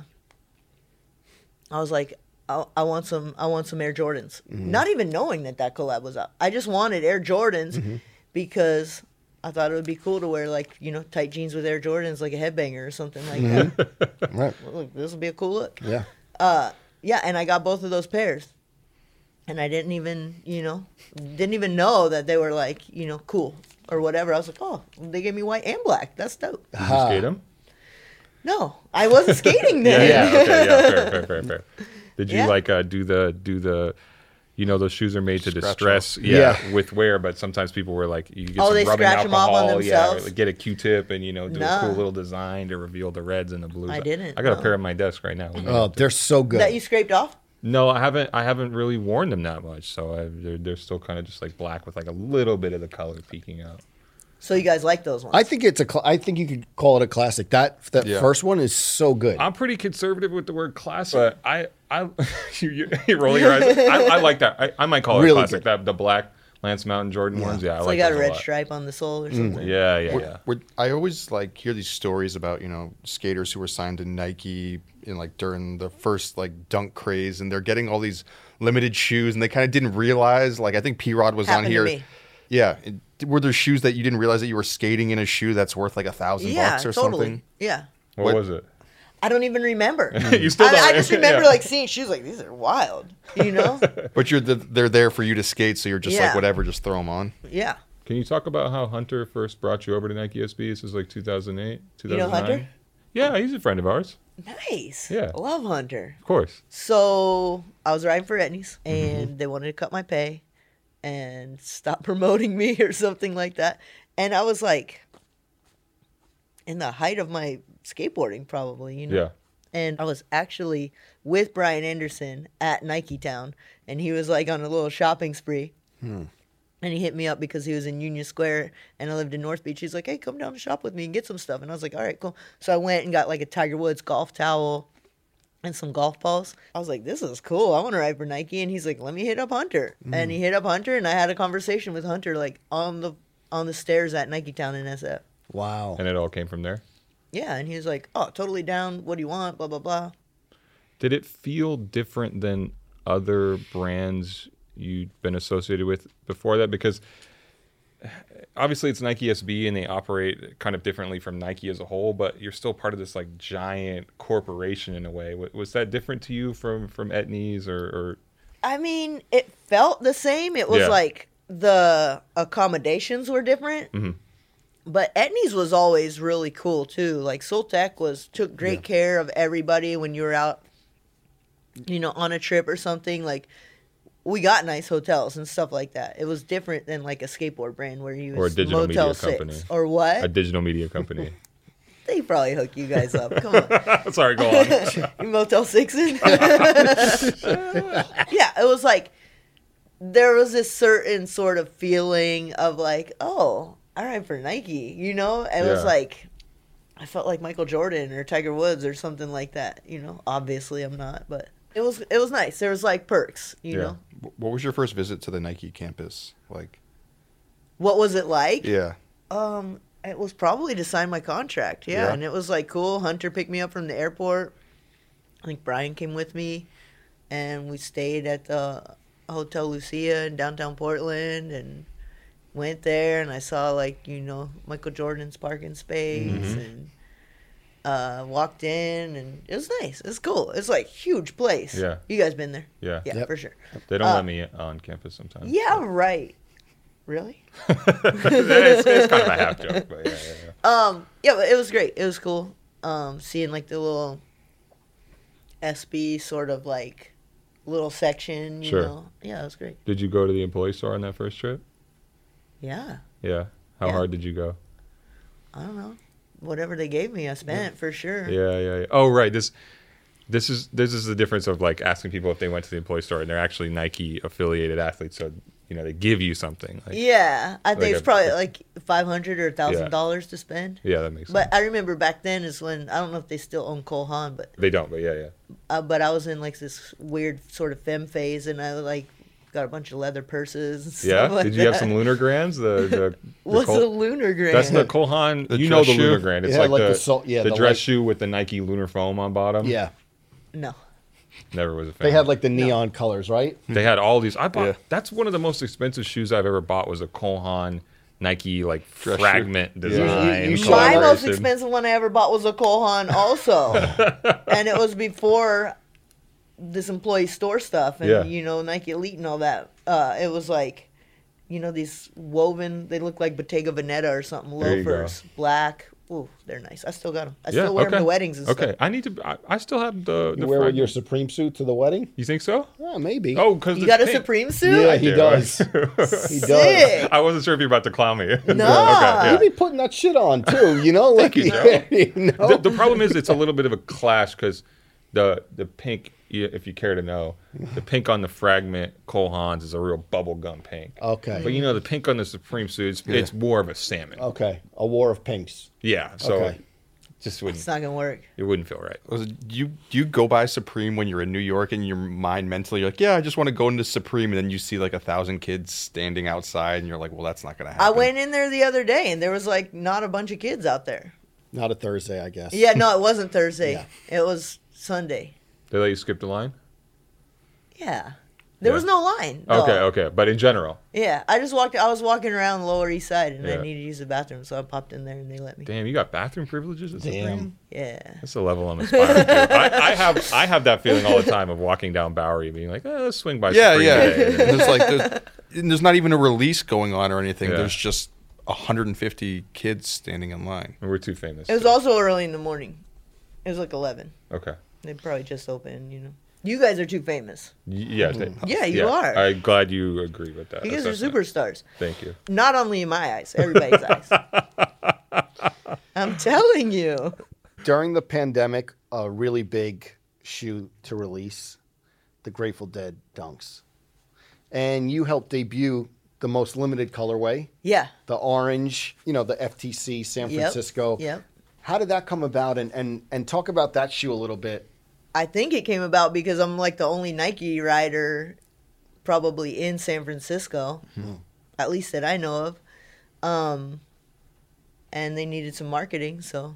I was like, I, I want some, I want some Air Jordans. Not even knowing that that collab was out, I just wanted Air Jordans because I thought it would be cool to wear like you know tight jeans with Air Jordans, like a headbanger or something like that.
Right.
Look, this will be a cool look.
Yeah.
Yeah, and I got both of those pairs, and I didn't even you know didn't even know that they were like you know cool or whatever. I was like, oh, they gave me white and black. That's dope.
Did you
Ah.
skate them?
No, I wasn't skating then.
yeah, yeah, okay, yeah, fair, fair, fair, fair. Did you
Yeah.
like uh, do the do the you know those shoes are made to
Scratch
distress,
off.
yeah,
Yeah.
with wear. But sometimes people were like, you get
Oh,
some
they
rubbing
scratch 'em off on
alcohol, yeah, or
themselves?
get a Q-tip, and you know, do a
Nah.
cool little design to reveal the reds and the blues.
I didn't,
I got a
no.
pair on my desk right now. We might
Oh,
have to-
they're so good.
That you scraped off?
no, I haven't. I haven't really worn them that much, so I, they're they're still kind of just like black with like a little bit of the color peeking out.
So you guys like those ones?
I think it's a. Cl- I think you could call it a classic. That that
Yeah.
first one is so good.
I'm pretty conservative with the word classic. But I, I, you, you- you're rolling your eyes. I, I like that. I, I might call it
Really good.
classic. That the black Lance Mountain Jordan ones. Yeah, I
so
like
you got
those
a
a
red
lot.
stripe on the sole or something.
Mm, Yeah, yeah,
We're-
yeah.
we're- I always like hear these stories about you know skaters who were signed to Nike in like during the first like dunk craze, and they're getting all these limited shoes, and they kind of didn't realize. Like I think P Rod was
Happened
on
to
here.
me.
Yeah, it- were there shoes that you didn't realize that you were skating in a shoe that's worth like a thousand
Yeah,
bucks or
totally.
something?
Yeah.
What,
What-
was it?
I don't even remember.
You still
I,
don't
I just
remember,
remember
yeah.
like seeing shoes like these are wild. You know?
But you're the, they're there for you to skate, so you're just like
Yeah.
whatever, just throw them on.
yeah.
Can you talk about how Hunter first brought you over to Nike SB? This is like 2008, 2009.
You know Hunter?
Yeah, he's a friend of ours,
Nice.
Yeah.
Love Hunter.
of course.
So I was riding for Etnies and they wanted to cut my pay and stop promoting me or something like that. And I was like in the height of my skateboarding probably, you know.
Yeah.
And I was actually with Brian Anderson at Nike Town and he was like on a little shopping spree. And he hit me up because he was in Union Square and I lived in North Beach. He's like, hey, come down to shop with me and get some stuff. And I was like, all right, cool. So I went and got like a Tiger Woods golf towel and some golf balls. I was like, this is cool. I want to ride for Nike. And he's like, let me hit up Hunter. And he hit up Hunter and I had a conversation with Hunter like on the on the stairs at Nike Town in SF.
wow.
And it all came from there.
Yeah. And he was like, oh, totally down. What do you want? Blah, blah, blah.
Did it feel different than other brands you'd been associated with before that? Because obviously it's Nike SB and they operate kind of differently from Nike as a whole, but you're still part of this like giant corporation in a way. Wa- Was that different to you from from Etnies or, or
I mean, it felt the same. It was
Yeah.
like the accommodations were different.
Mm-hmm.
But Etnies was always really cool too. Like Soltec was took great care of everybody when you were out, you know, on a trip or something. Like we got nice hotels and stuff like that. It was different than like a skateboard brand where you
Or a
was
digital media
Motel
company.
Six or what?
a digital media company?
they probably hook you guys up. Come on.
Sorry, go on.
You Motel Sixes? yeah, it was like there was this certain sort of feeling of like, oh, all right for Nike, you know? It was
Yeah.
like I felt like Michael Jordan or Tiger Woods or something like that, you know. Obviously I'm not, but it was it was nice. There was like perks, you
Yeah.
know.
Wh- What was your first visit to the Nike campus like?
What was it like?
Yeah,
Um, it was probably to sign my contract. Yeah,
Yeah.
and it was like cool. Hunter picked me up from the airport. I think Brian came with me, and we stayed at the Hotel Lucia in downtown Portland, and went there. And I saw like you know Michael Jordan's parking space, and uh, walked in, and it was nice. It's cool. It's like huge place.
Yeah.
you guys been there?
Yeah.
Yeah,
Yep.
for sure.
They don't
Uh,
let me on campus sometimes.
Yeah, right. Really?
it's, it's kind of a half joke, but yeah, yeah, yeah.
Um, yeah, but it was great. It was cool. Um, seeing like the little SB sort of like little section, you
Sure.
know. Yeah, it was great.
Did you go to the employee store on that first trip?
Yeah.
Yeah. How
Yeah.
hard did you go?
I don't know. Whatever they gave me, I spent for sure.
Yeah, yeah, yeah. Oh, right. This, this is this is the difference of like asking people if they went to the employee store and they're actually Nike affiliated athletes, so you know they give you something. Like, yeah.
Yeah, I think
Like
it's
a-
probably like five hundred or thousand dollars to spend.
that makes sense.
But I remember back then is when I don't know if they still own Cole Haan, but
they don't, but yeah, yeah.
uh, but I was in like this weird sort of femme phase, and I like got a bunch of leather purses. And
Yeah.
stuff like
Did you have
that.
some lunar grands? The, the, the
What's
Col-
a lunar grand?
That's the Kohan.
The
you know the
dress shoe?
lunar grand. It's
Yeah,
like,
like
the,
the sol- yeah,
the
the
dress
light-
shoe with the Nike lunar foam on bottom.
Yeah.
no.
Never was a fan.
They had like the neon colors, right?
They had all these. I bought.
Yeah.
That's one of the most expensive shoes I've ever bought. Was a Kohan Nike like
Dress shoe.
fragment design.
you saw-
My most
collaboration.
expensive one I ever bought was a Kohan also. and it was before this employee store stuff and
Yeah.
you know, Nike Elite and all that. Uh, it was like you know, these woven they look like Bottega Veneta or something
There you go.
loafers. Black ooh, they're nice. I still got them. I
Yeah,
still wear
okay.
them to weddings and
okay.
stuff.
I need to. I, I still have the. the
You wear
front-
your Supreme suit to the wedding?
You think so?
Yeah, maybe.
Oh, because
You got a Supreme suit?
yeah, he
do.
does. he does.
Sick.
I wasn't sure if you're about to clown me. No.
You be putting that shit on too, you know? Like,
Thank you, Joe.
you know?
the, the problem is it's a little bit of a clash because the the pink, yeah, if you care to know, the pink on the fragment Cole Hans is a real bubblegum pink.
Okay.
But you know the pink on the Supreme suit, it's, it's more of a salmon.
Okay, a war of pinks.
Yeah. So
Oh, Okay.
just wouldn't
It's not gonna work.
it wouldn't feel right.
Was it- Do you do you go by Supreme when you're in New York and your mind mentally you're like, yeah, I just want to go into Supreme, and then you see like a thousand kids standing outside, and you're like, well, that's not gonna happen.
I went in there the other day and there was like not a bunch of kids out there.
Not a Thursday, I guess.
Yeah, no, it wasn't Thursday.
Yeah.
It was Sunday.
They let you skip the line?
Yeah. There
Yeah.
was no line. no.
Okay, okay. But in general.
Yeah, I just walked. I was walking around Lower East Side, and
Yeah.
I needed to use the bathroom, so I popped in there, and they let me.
Damn, you got bathroom privileges at Supreme?
Damn.
Yeah,
That's the level I'm aspiring to. I, I have I have that feeling all the time of walking down Bowery and being like, eh, let's swing by
Yeah,
Supreme
yeah.
today.
there's like there's, and there's not even a release going on or anything.
Yeah.
There's just 150 kids standing in line.
And we're too famous.
it was also early in the morning. It was like eleven.
okay.
They probably just opened. You know, you guys are too famous.
Y- Yeah.
Mm-hmm.
th-
Yeah, you are.
I'm glad you agree with that.
You guys are
assessment.
superstars.
Thank you.
Not only in my eyes, everybody's eyes. I'm telling you.
During the pandemic, a really big shoe to release, the Grateful Dead dunks, and you helped debut the most limited colorway,
Yeah.
the orange. You know, the FTC San
Yep,
Francisco.
yep.
How did that come about? And and and talk about that shoe a little bit.
I think it came about because I'm like the only Nike rider probably in San Francisco, at least that I know of. Um, and they needed some marketing, so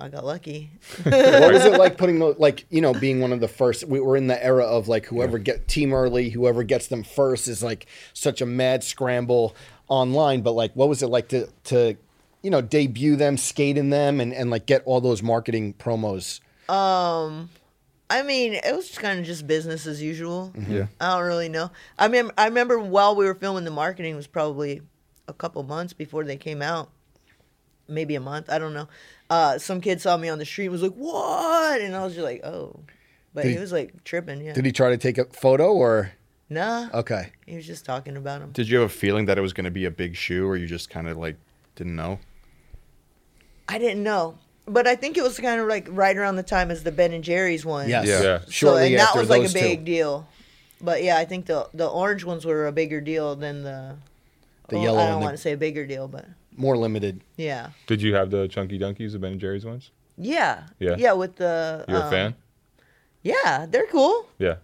I got lucky.
what was it like putting those, like you know being one of the first we were in the era of like whoever get team early whoever gets them first is like such a mad scramble online but like what was it like to to you know debut them skate in them and and like get all those marketing promos
I mean, it was just kind of just business as usual.
Yeah.
I don't really know. I mean, I remember while we were filming, the marketing was probably a couple months before they came out, maybe a month. I don't know. Uh, some kid saw me on the street and was like, "What?" And I was just like, "Oh," but
Did
he
he-
was like tripping. Yeah.
did he try to take a photo or
Nah.
okay
He was just talking about him.
Did you have a feeling that it was gonna be a big shoe, or you just kind of like didn't know?
I didn't know, but I think it was kind of like right around the time as the Ben and Jerry's one.
yes
Yeah.
Yeah.
yeah shortly
so, and
after
that was like
those
a big
two
deal. But yeah, I think the the orange ones were a bigger deal than the.
The
well,
yellow
I
and
don't
the-
want to say a bigger deal, but
more limited
yeah,
Did you have the Chunky Dunkies, the Ben and Jerry's ones?
yeah,
Yeah.
yeah. With the
You're a
um,
fan?
Yeah, they're cool.
Yeah.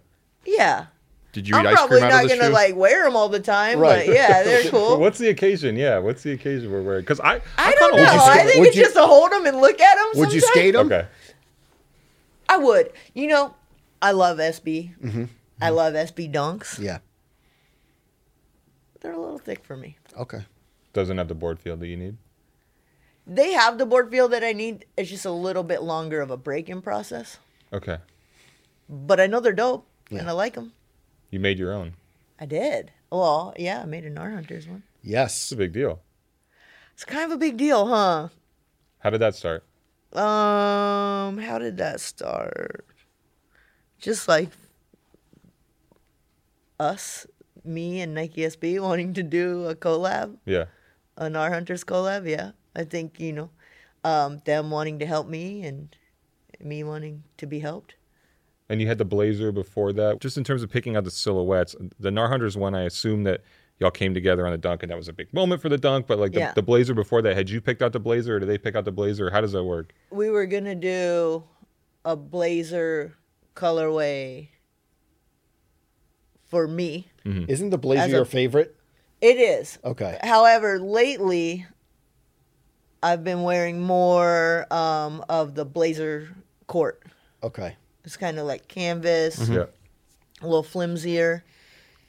Yeah,
Did you eat
I'm
ice
probably
cream out
not
of the
gonna
shoe?
like wear them all the time,
Right.
but yeah, they're cool.
What's the occasion? Yeah. What's the occasion we're wearing? Because I, I,
I
kinda
don't know.
want-
skate-
I think
would
it's
you-
just to hold them and look at them.
would you skate them
Okay.
I would. You know, I love SB. I love SB dunks.
Mm-hmm. yeah
They're a little thick for me.
okay
Doesn't have the board field that you need.
They have the board feel that I need. It's just a little bit longer of a break in process.
Okay.
But I know they're dope and
Yeah.
I like them.
You made your own.
I did. Well, yeah, I made an R Hunters one.
It's
yes
a big deal.
It's kind of a big deal, huh?
How did that start?
Um, how did that start? Just like us, me and Nike SB wanting to do a collab.
Yeah.
on our hunters collab yeah i think you know um, them wanting to help me and me wanting to be helped
And you had the blazer before that. Just in terms of picking out the silhouettes, the Nar Hunters one, I assume that y'all came together on the dunk and that was a big moment for the dunk. But like the,
Yeah.
the blazer before that, had you picked out the blazer or did they pick out the blazer? How does that work?
we were gonna do a blazer colorway for me
isn't the
Mm-hmm. As
blazer
a-
your favorite
it is
okay
however lately i've been wearing more um, of the blazer court
okay
it's kind of like canvas
Hmm.
Yeah.
a little flimsier,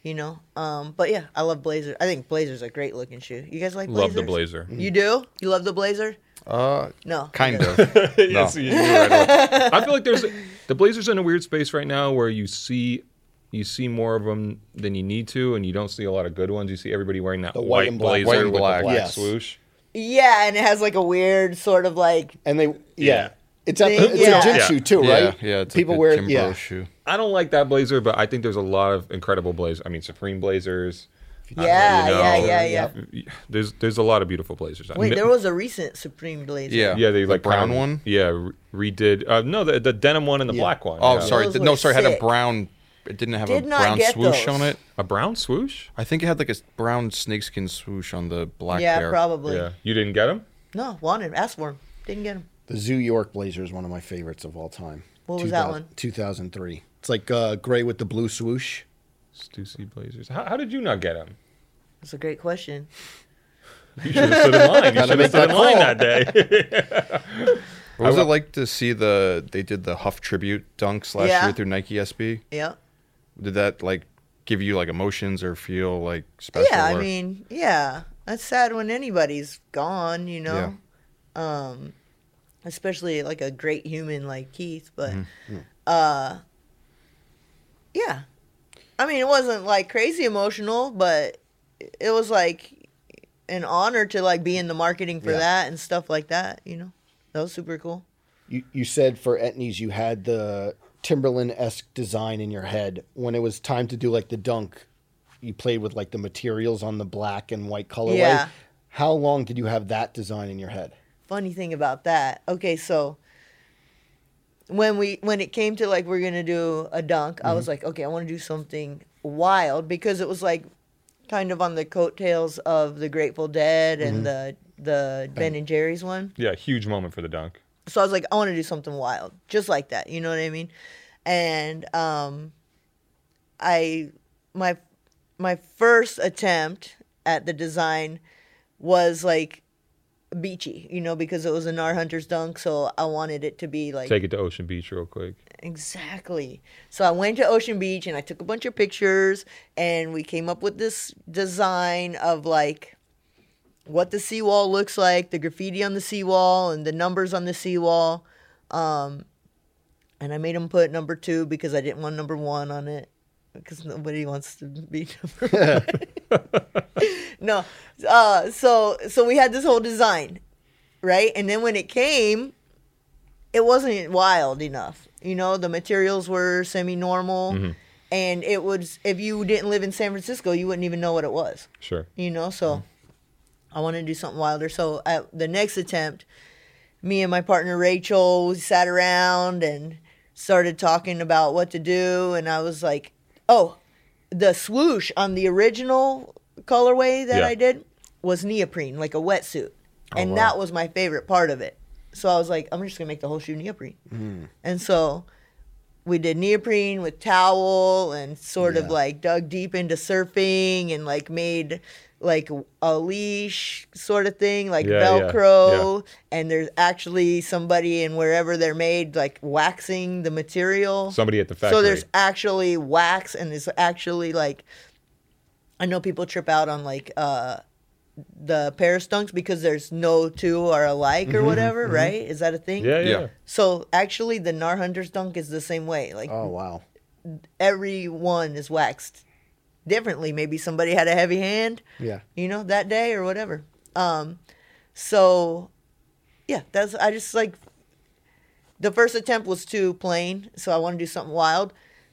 you know. Um, but yeah, I love blazer. I think blazer's a great looking shoe. You guys like
Love
blazers?
the blazer.
You do? You love the blazer?
Uh,
No.
kind
Okay.
of.
Yes, you knew right away. I feel like there's the Blazers in a weird space right now where you see you see more of them than you need to, and you don't see a lot of good ones. You see everybody wearing that
The
white,
white and black-
blazer
white and
with
black.
the black
Yes.
swoosh.
Yeah, and it has like a weird sort of like
and they yeah, it's at
They-
the, it's
yeah.
a gym
Yeah.
shoe too,
Yeah,
right?
yeah. It's
people
like a
wear
Jim
yeah.
Bro shoe.
I don't like that blazer, but I think there's a lot of incredible blazers. I mean, Supreme blazers. I don't
yeah,
know,
yeah,
you
yeah,
know,
yeah.
There's there's a lot of beautiful blazers.
Wait,
N-
there was a recent Supreme blazer.
Yeah.
yeah, they
The
like
brown
kinda-
one?
Yeah, re- redid. Uh, no, the, the denim one and the black one.
Oh,
yeah.
sorry.
Those
th- no,
were
sorry. It had a
sick.
brown. It didn't have
Did
a
not
brown
get
swoosh
those.
on it.
A brown swoosh?
I think it had like a s- brown snakeskin swoosh on the black
Yeah,
bear.
probably.
Yeah, you didn't get them.
No, wanted him. Asked for him. Didn't get him.
The Zoo York blazer is one of my favorites of all time.
What was that
2000
one?
2003. It's like uh, gray with the blue swoosh.
Stussy blazers. How, how did you not get them?
That's a great question.
You should have stood in line. You
Gotta
should have
make that
stood in line
call.
that day.
What was it like to see the they did the Huff tribute dunks last
Yeah.
year through Nike SB?
Yeah.
Did that like give you like emotions or feel like special?
yeah, I
or-
mean, yeah. That's sad when anybody's gone, you know.
Yeah.
Um especially like a great human like Keith, but
Mm-hmm.
uh yeah. I mean, it wasn't like crazy emotional, but it was like an honor to like be in the marketing for
Yeah.
that and stuff like that, you know. That was super cool.
You you said for Etnies you had the Timberland esque design in your head. When it was time to do like the dunk, you played with like the materials on the black and white colorway.
Yeah.
How long did you have that design in your head?
funny thing about that. Okay, so when we when it came to like we're gonna do a dunk, I was like, okay, I want to do something wild because it was like kind of on the coattails of the Grateful Dead and the the Ben and Jerry's one.
yeah, huge moment for the dunk.
So I was like, I want to do something wild, just like that. You know what I mean? And um, I my my first attempt at the design was like beachy, you know, because it was a Nar Hunter's dunk, so I wanted it to be like
Take it to Ocean Beach real quick.
Exactly. So I went to Ocean Beach and I took a bunch of pictures and we came up with this design of like what the seawall looks like, the graffiti on the seawall and the numbers on the seawall. Um and I made him put number 2 because I didn't want number 1 on it because nobody wants to be number no. Uh, so so we had this whole design, right? And then when it came, it wasn't wild enough. You know, the materials were semi-normal, and it was if you didn't live in San Francisco, you wouldn't even know what it was.
Sure.
You know, so I wanted to do something wilder. So at the next attempt, me and my partner Rachel we sat around and started talking about what to do, and I was like, "Oh, the swoosh on the original colorway that
Yeah.
I did was neoprene, like a wetsuit, and that was my favorite part of it." So I was like, "I'm just gonna make the whole shoe neoprene," and so we did neoprene with towel and sort of
Yeah.
like dug deep into surfing and like made like a leash sort of thing like
Yeah, yeah,
velcro and there's actually somebody in wherever they're made like waxing the material
Somebody at the
so
factory.
there's actually wax and it's actually like i know people trip out on like uh the paris dunks because there's no two are alike or whatever right is that a thing
Mm-hmm, Yeah, yeah.
Yeah.
so actually, the Nar Hunters dunk is the same way. Like
Oh wow.
every one is waxed differently. Maybe somebody had a heavy hand,
Yeah.
you know, that day or whatever. Um, so yeah, that's I just like the first attempt was too plain, so I want to do something wild,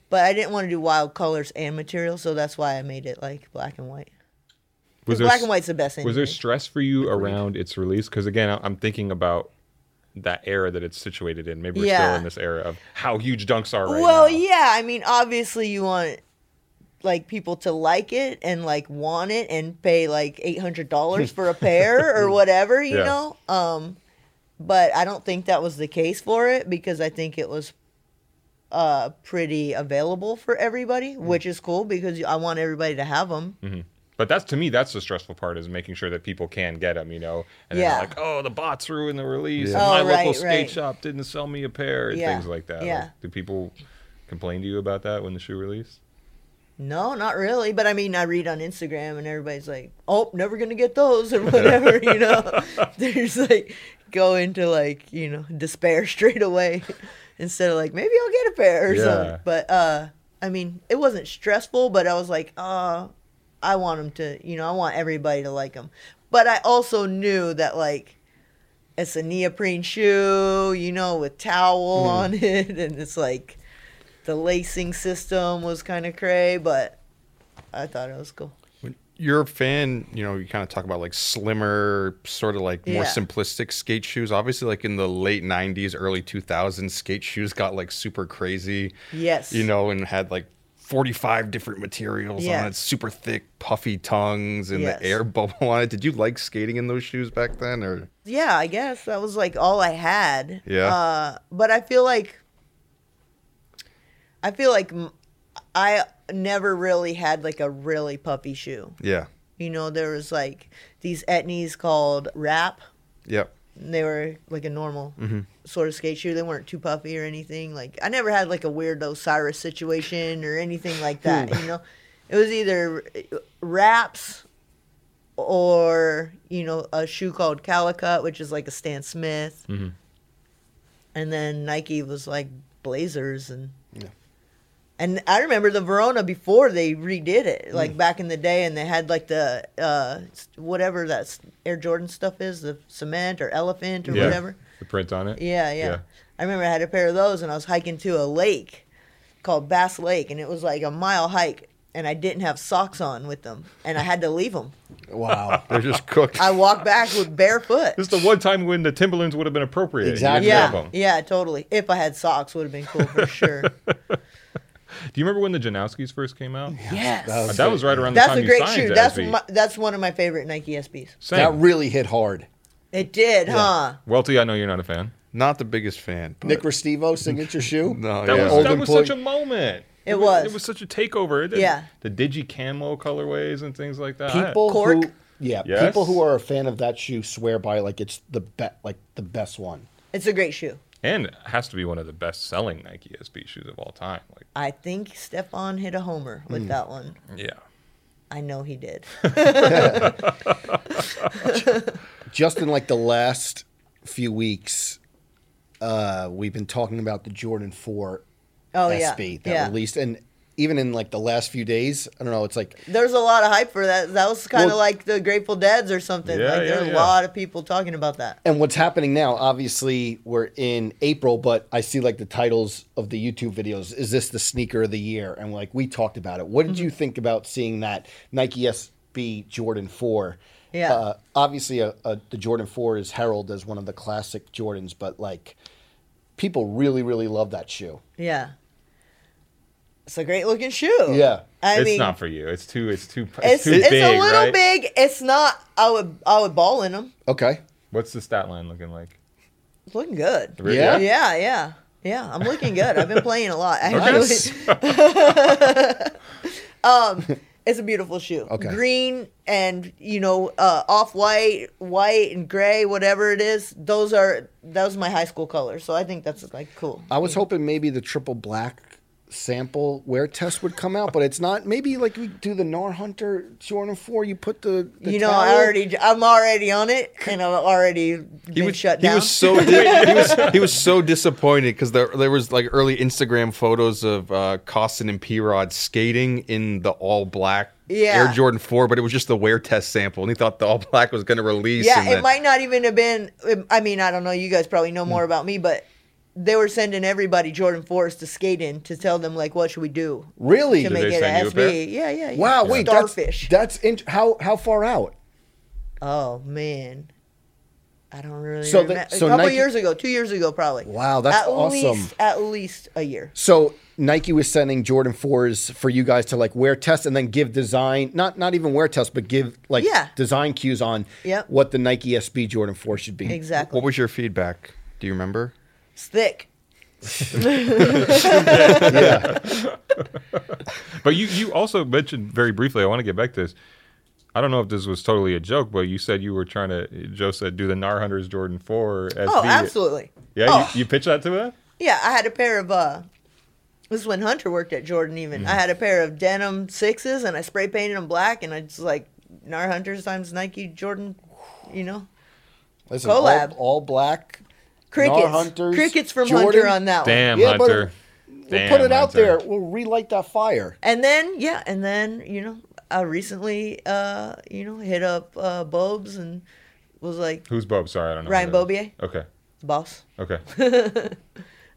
but I didn't want to do wild colors and materials, so that's why I made it like black and white. 'Cause
Was there
black
s-
and white's the best.
Was there
anyway.
stress for you around its release? Because again, I- I'm thinking about that era that it's situated in. Maybe we're still
Yeah.
in this era of how huge dunks are right
well
now.
yeah i mean obviously you want like people to like it and like want it and pay like $800 for a pair or whatever you
Yeah.
know um but i don't think that was the case for it because i think it was uh pretty available for everybody
Mm.
which is cool because i want everybody to have them
But that's to me, that's the stressful part is making sure that people can get them, you know. And they're
Yeah.
not like, oh, the bots ruined the release.
Oh,
and my local
right,
skate
right.
shop didn't sell me a pair and
Yeah,
things like that. Like,
yeah.
do people complain to you about that when the shoe released?
No, not really. But I mean, I read on Instagram and everybody's like, "Oh, never gonna get those" or whatever. you know, they're just like go into like you know despair straight away instead of like maybe I'll get a pair or
Yeah.
something. But uh, I mean, it wasn't stressful, but I was like, uh, I want them to, you know, I want everybody to like them. But I also knew that like it's a neoprene shoe, you know, with towel on it, and it's like the lacing system was kind of cray, but I thought it was cool.
You're a fan, you know, you kind of talk about like slimmer, sort of like more
Yeah.
simplistic skate shoes. Obviously, like in the late 90s, early 2000s, skate shoes got like super crazy.
Yes.
You know, and had like 45 different materials
Yeah.
on it, super thick, puffy tongues, and
Yes.
the air bubble on it. Did you like skating in those shoes back then? Or
Yeah, I guess that was like all I had.
Yeah.
Uh, but I feel like I feel like m- I never really had like a really puppy shoe.
yeah,
You know, there was like these etnies called Wrap.
yep.
and They were like a normal sort of skate shoe. They weren't too puffy or anything. Like I never had like a weird Osiris situation or anything like that. you know, it was either wraps or you know a shoe called Calicut, which is like a Stan Smith.
Mm-hmm.
And then Nike was like Blazers and and I remember the Verona before they redid it,
Mm.
like back in the day, and they had like the uh, s- whatever that s- Air Jordan stuff is, the cement or elephant or
Yeah.
whatever.
The print on it.
Yeah, yeah,
Yeah.
I remember I had a pair of those, and I was hiking to a lake called Bass Lake, and it was like a mile hike, and I didn't have socks on with them, and I had to leave them.
Wow.
They're
Uh,
just cooked.
I walked back with barefoot.
This is the one time when the Timberlands would have been appropriate. You
Exactly.
didn't have
yeah,
'em.
yeah, totally. If I had socks, would have been cool for sure.
Do you remember when the Janowskis first came out?
yes,
That was-
That was right around
that's
the time
a great
you signed
shoe.
to
That's
SB.
my, that's one of my favorite Nike SBs.
Same.
that really hit hard.
It did, huh?
Welty, I know you're not a fan.
Not the biggest fan. But
Nick Restivo signature shoe.
Uh, no,
That
yeah.
was,
Old
that was
employee-
such a moment.
It was.
It was such a takeover. It-
Yeah.
The digi camo colorways and things like that.
people
Cork?
who yeah
Yes.
people who are a fan of that shoe swear by like it's the bet like the best one
It's a great shoe.
and it has to be one of the best selling Nike SB shoes of all time. Like,
I think Stefan hit a homer
Hmm.
with that one.
yeah.
I know he did.
just in like the last few weeks uh we've been talking about the jordan 4
Oh yeah.
sb that
yeah.
released and even in like the last few days i don't know it's like
There's a lot of hype for that. That was kind of
Well-
like the Grateful Dead's or something.
Yeah,
like there's
yeah,
a
yeah.
lot of people talking about that.
and what's happening now obviously we're in april but i see like the titles of the youtube videos is this the sneaker of the year and like we talked about it what did
Mm-hmm.
you think about seeing that nike sb jordan 4
Yeah.
uh, obviously a, a, the jordan 4 is heralded as one of the classic jordans but like people really really love that shoe
Yeah. It's a great looking shoe.
Yeah.
I
it's
mean,
not for you. It's too. It's too. It's,
it's,
too
it's
big,
a little
right?
big. It's not. I would I would ball in them.
okay
What's the stat line looking like?
It's looking good.
Really?
Yeah?
Yeah. Yeah. Yeah. I'm looking good. I've been playing a lot. I really,
Nice.
It's a beautiful shoe.
Okay.
Green and you know uh, off white, white and gray, whatever it is. Those are that was my high school color, so I think that's like cool.
i was hoping maybe the triple black sample wear test would come out but it's not maybe like we do the nar hunter jordan 4 you put the, the
you know, I
towel-
already I'm already on it, and I've already been shut
he
down.
was so di- he was he was so disappointed because there there was like early Instagram photos of uh, Costin and P Rod skating in the all black
Yeah.
Air Jordan Four, but it was just the wear test sample, and he thought the all black was going to release.
yeah,
and
it
then-
might not even have been. um, I mean, I don't know. You guys probably know more about me, but they were sending everybody Jordan Forest to skate in to tell them like, what should we do
really
to
they
make it
send you
an
a pair?
SB? Yeah, yeah, yeah.
Wow, wait,
starfish.
That's, that's in, how how far out?
Oh man, I don't really.
So
So,
the-
a
so
couple
Nike-
years ago, two years ago, probably.
Wow, that's
at
awesome.
Least, at least a year.
So Nike was sending Jordan fours for you guys to like wear test and then give design not not even wear test but give like
Yeah.
design cues on
Yep.
what the Nike SB Jordan four should be.
Exactly.
What was your feedback? Do you remember?
it's thick.
But you, you also mentioned very briefly. I want to get back to this. I don't know if this was totally a joke, but you said you were trying to. Joe said, "Do the Nar Hunters Jordan Four SB?"
Oh, absolutely.
Yeah,
Oh.
you, you pitched that to him.
Yeah, I had a pair of. uh This is when Hunter worked at Jordan. Even
Mm-hmm.
I had a pair of denim sixes, and I spray painted them black, and I just like Nar Hunters times Nike Jordan. You know,
Listen, all-
Collab.
All, black.
crickets.
Hunters,
crickets from
Jordan.
Hunter on that one.
Damn,
Yeah, but
Hunter.
We'll
Damn,
put it out
Hunter.
there. We'll relight that fire.
And then yeah, and then you know, I recently, uh, you know, hit up uh, Bob's and was like
Who's Bob? Sorry, I don't know.
Ryan
who that is.
Bobier.
Okay.
the boss.
Okay.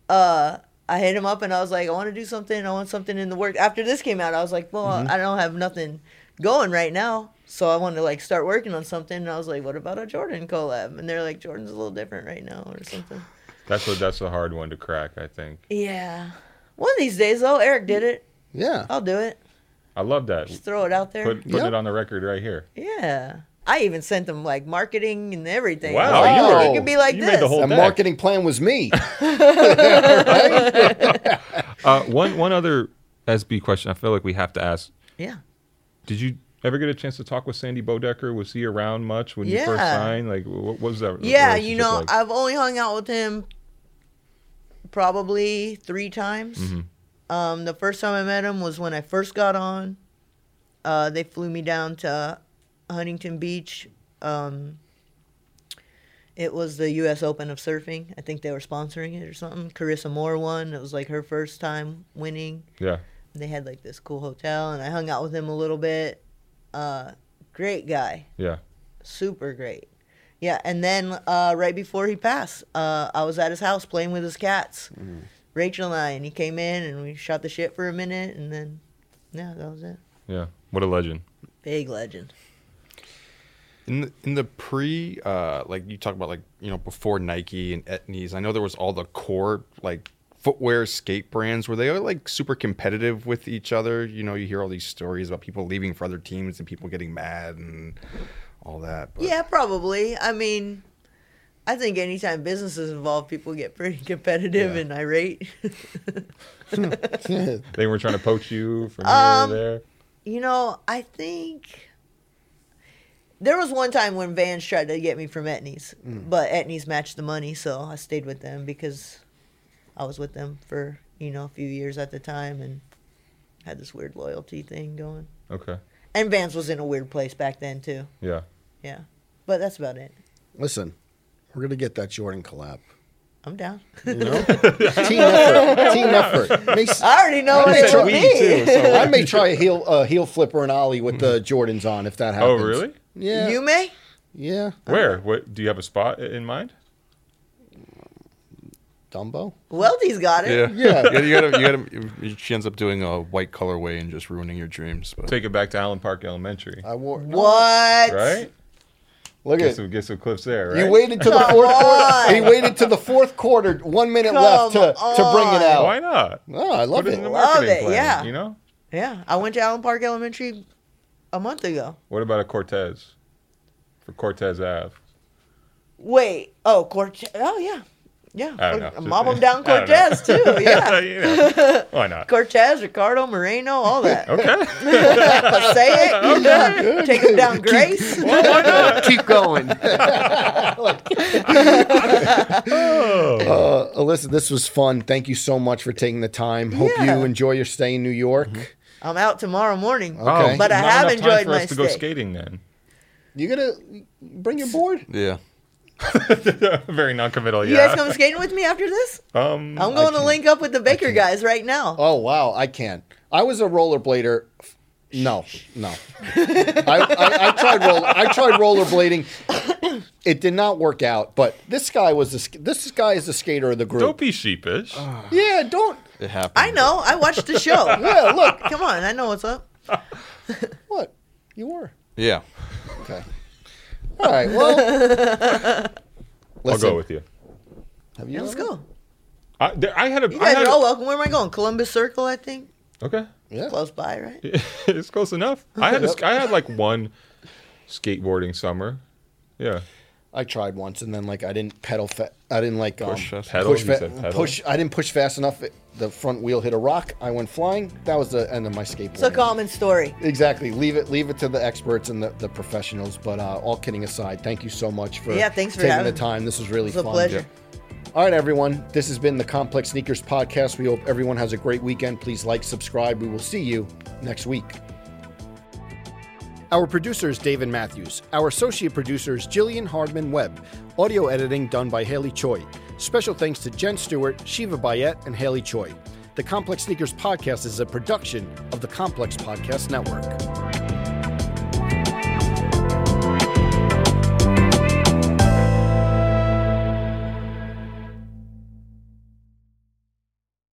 I hit him up and I was like, I want to do something. I want something in the work. After this came out, I was like, well,
Mm-hmm.
I don't have nothing going right now. So I wanted to like start working on something. And I was like, what about a Jordan collab? And they're like, Jordan's a little different right now or something.
That's what that's the hard one to crack, I think.
Yeah. One of these days, though, Eric did it.
Yeah.
I'll do it.
I love that.
Just throw it out there.
Put put
Yep.
it on the record right here.
yeah. I even sent them like marketing and everything.
Wow,
I was
you
like,
were-
it could be like
you
this.
made the whole-
The
back.
marketing plan was me.
Uh, one one other SB question I feel like we have to ask.
yeah.
Did you ever get a chance to talk with Sandy Bodecker? Was he around much when you first
Yeah.
signed? Like, wh- what was that?
Yeah,
relationship
you know,
like?
I've only hung out with him probably three times. Um, the first time I met him was when I first got on. Uh, they flew me down to Huntington Beach. Um, it was the U.S. Open of surfing. I think they were sponsoring it or something. Carissa Moore won. It was like her first time winning
yeah.
they had like this cool hotel and i hung out with him a little bit uh great guy
Yeah.
super great yeah and then uh right before he passed uh i was at his house playing with his cats rachel and i and he came in and we shot the shit for a minute and then yeah that was it
Yeah. What a legend.
big legend
In the, in the pre, uh, like you talk about, like you know, before Nike and Etnies, I know there was all the core like footwear skate brands. Were they all, like super competitive with each other? You know, you hear all these stories about people leaving for other teams and people getting mad and all that. But
yeah probably i mean i think anytime businesses involve people get pretty competitive
Yeah.
and irate
They were trying to poach you from here or
Um,
there.
You know, I think there was one time when Vans tried to get me from Etnies,
Mm.
but Etnies matched the money, so I stayed with them because I was with them for you know a few years at the time and had this weird loyalty thing going.
Okay.
And Vans was in a weird place back then too.
Yeah.
Yeah, but that's about it.
Listen, we're gonna get that Jordan collab.
I'm down.
You know, team effort. Team effort. Makes,
I already know what
said
it will
we,
be.
I may try a heel a heel flipper and ollie with the Jordans on if that
Oh,
happens.
really?
Yeah.
You may?
yeah.
Where? What? Do you have a spot i- in mind?
Dumbo.
Weldy's got it.
Yeah.
yeah, you gotta, you gotta. She ends up doing a white colorway and just ruining your dreams. But
Take it back to Allen Park Elementary.
I wore.
What?
Right?
Look
Guess
at
who, guess who Cliff's there, right?
You waited to the
Come
fourth quarter.
on.
He waited to the fourth quarter, one minute
Come
left to, to bring it
on.
out.
Why not?
Oh, I love
Put
it.
in the
Love
marketing
it,
plan,
yeah.
You know?
Yeah, I went to Allen Park Elementary a month ago.
What about a Cortez? For Cortez Ave.
Wait. Oh, Cortez. Oh, yeah. Yeah.
I don't know. Just-
Mob them down
I don't know.
Cortez, too. Yeah.
You know, Why not?
Cortez, Ricardo, Moreno, all that.
Okay.
Passaic. Take them down Grace.
Keep going. uh, Alyssa, this was fun. Thank you so much for taking the time. Hope
Yeah.
you enjoy your stay in New York.
I'm out tomorrow morning.
Okay.
But I
Oh, Not
have
enough time
enjoyed
for
my
us to go
stay.
skating then.
You gonna bring your board?
yeah,
Very noncommittal.
You
Yeah.
guys come skating with me after this?
um,
I'm going to link up with the Baker guys right now.
Oh wow, I can. I was a rollerblader. No, no. I, I, I tried roller. I tried rollerblading. It did not work out. But this guy was the, sk- this guy is the skater of the group.
don't be sheepish.
Yeah, don't.
it happened.
I know. I watched the show.
Yeah, look.
Come on. I know what's up.
What? You were.
Yeah,
Okay. All right. Well,
I'll
listen,
go with you.
Have you
Let's
ever-
go.
I, there, I had a.
You
I
guys
had
are
a-
all welcome. Where am I going? Columbus Circle, I think.
okay.
Yeah.
Close by, right?
it's close enough. I had a sk- I had like one skateboarding summer. Yeah.
I tried once, and then like I didn't pedal. Fa- I didn't like um,
Push us.
Pedal?
push,
You said pedal?
push. I didn't push fast enough. It- The front wheel hit a rock. I went flying. That was the end of my skateboard.
It's a common story.
Exactly. Leave it. Leave it to the experts and the, the professionals. But uh, all kidding aside, thank you so much for
Yeah, thanks for
taking
having
the
me.
time. This was really
It was a
fun.
pleasure.
All right, everyone. This has been the Complex Sneakers Podcast. We hope everyone has a great weekend. Please like, subscribe. We will see you next week. Our producer is David Matthews. Our associate producer is Jillian Hardman Webb. Audio editing done by Haley Choi. Special thanks to Jen Stewart, Shiva Bayet, and Haley Choi. The Complex Sneakers Podcast is a production of the Complex Podcast Network.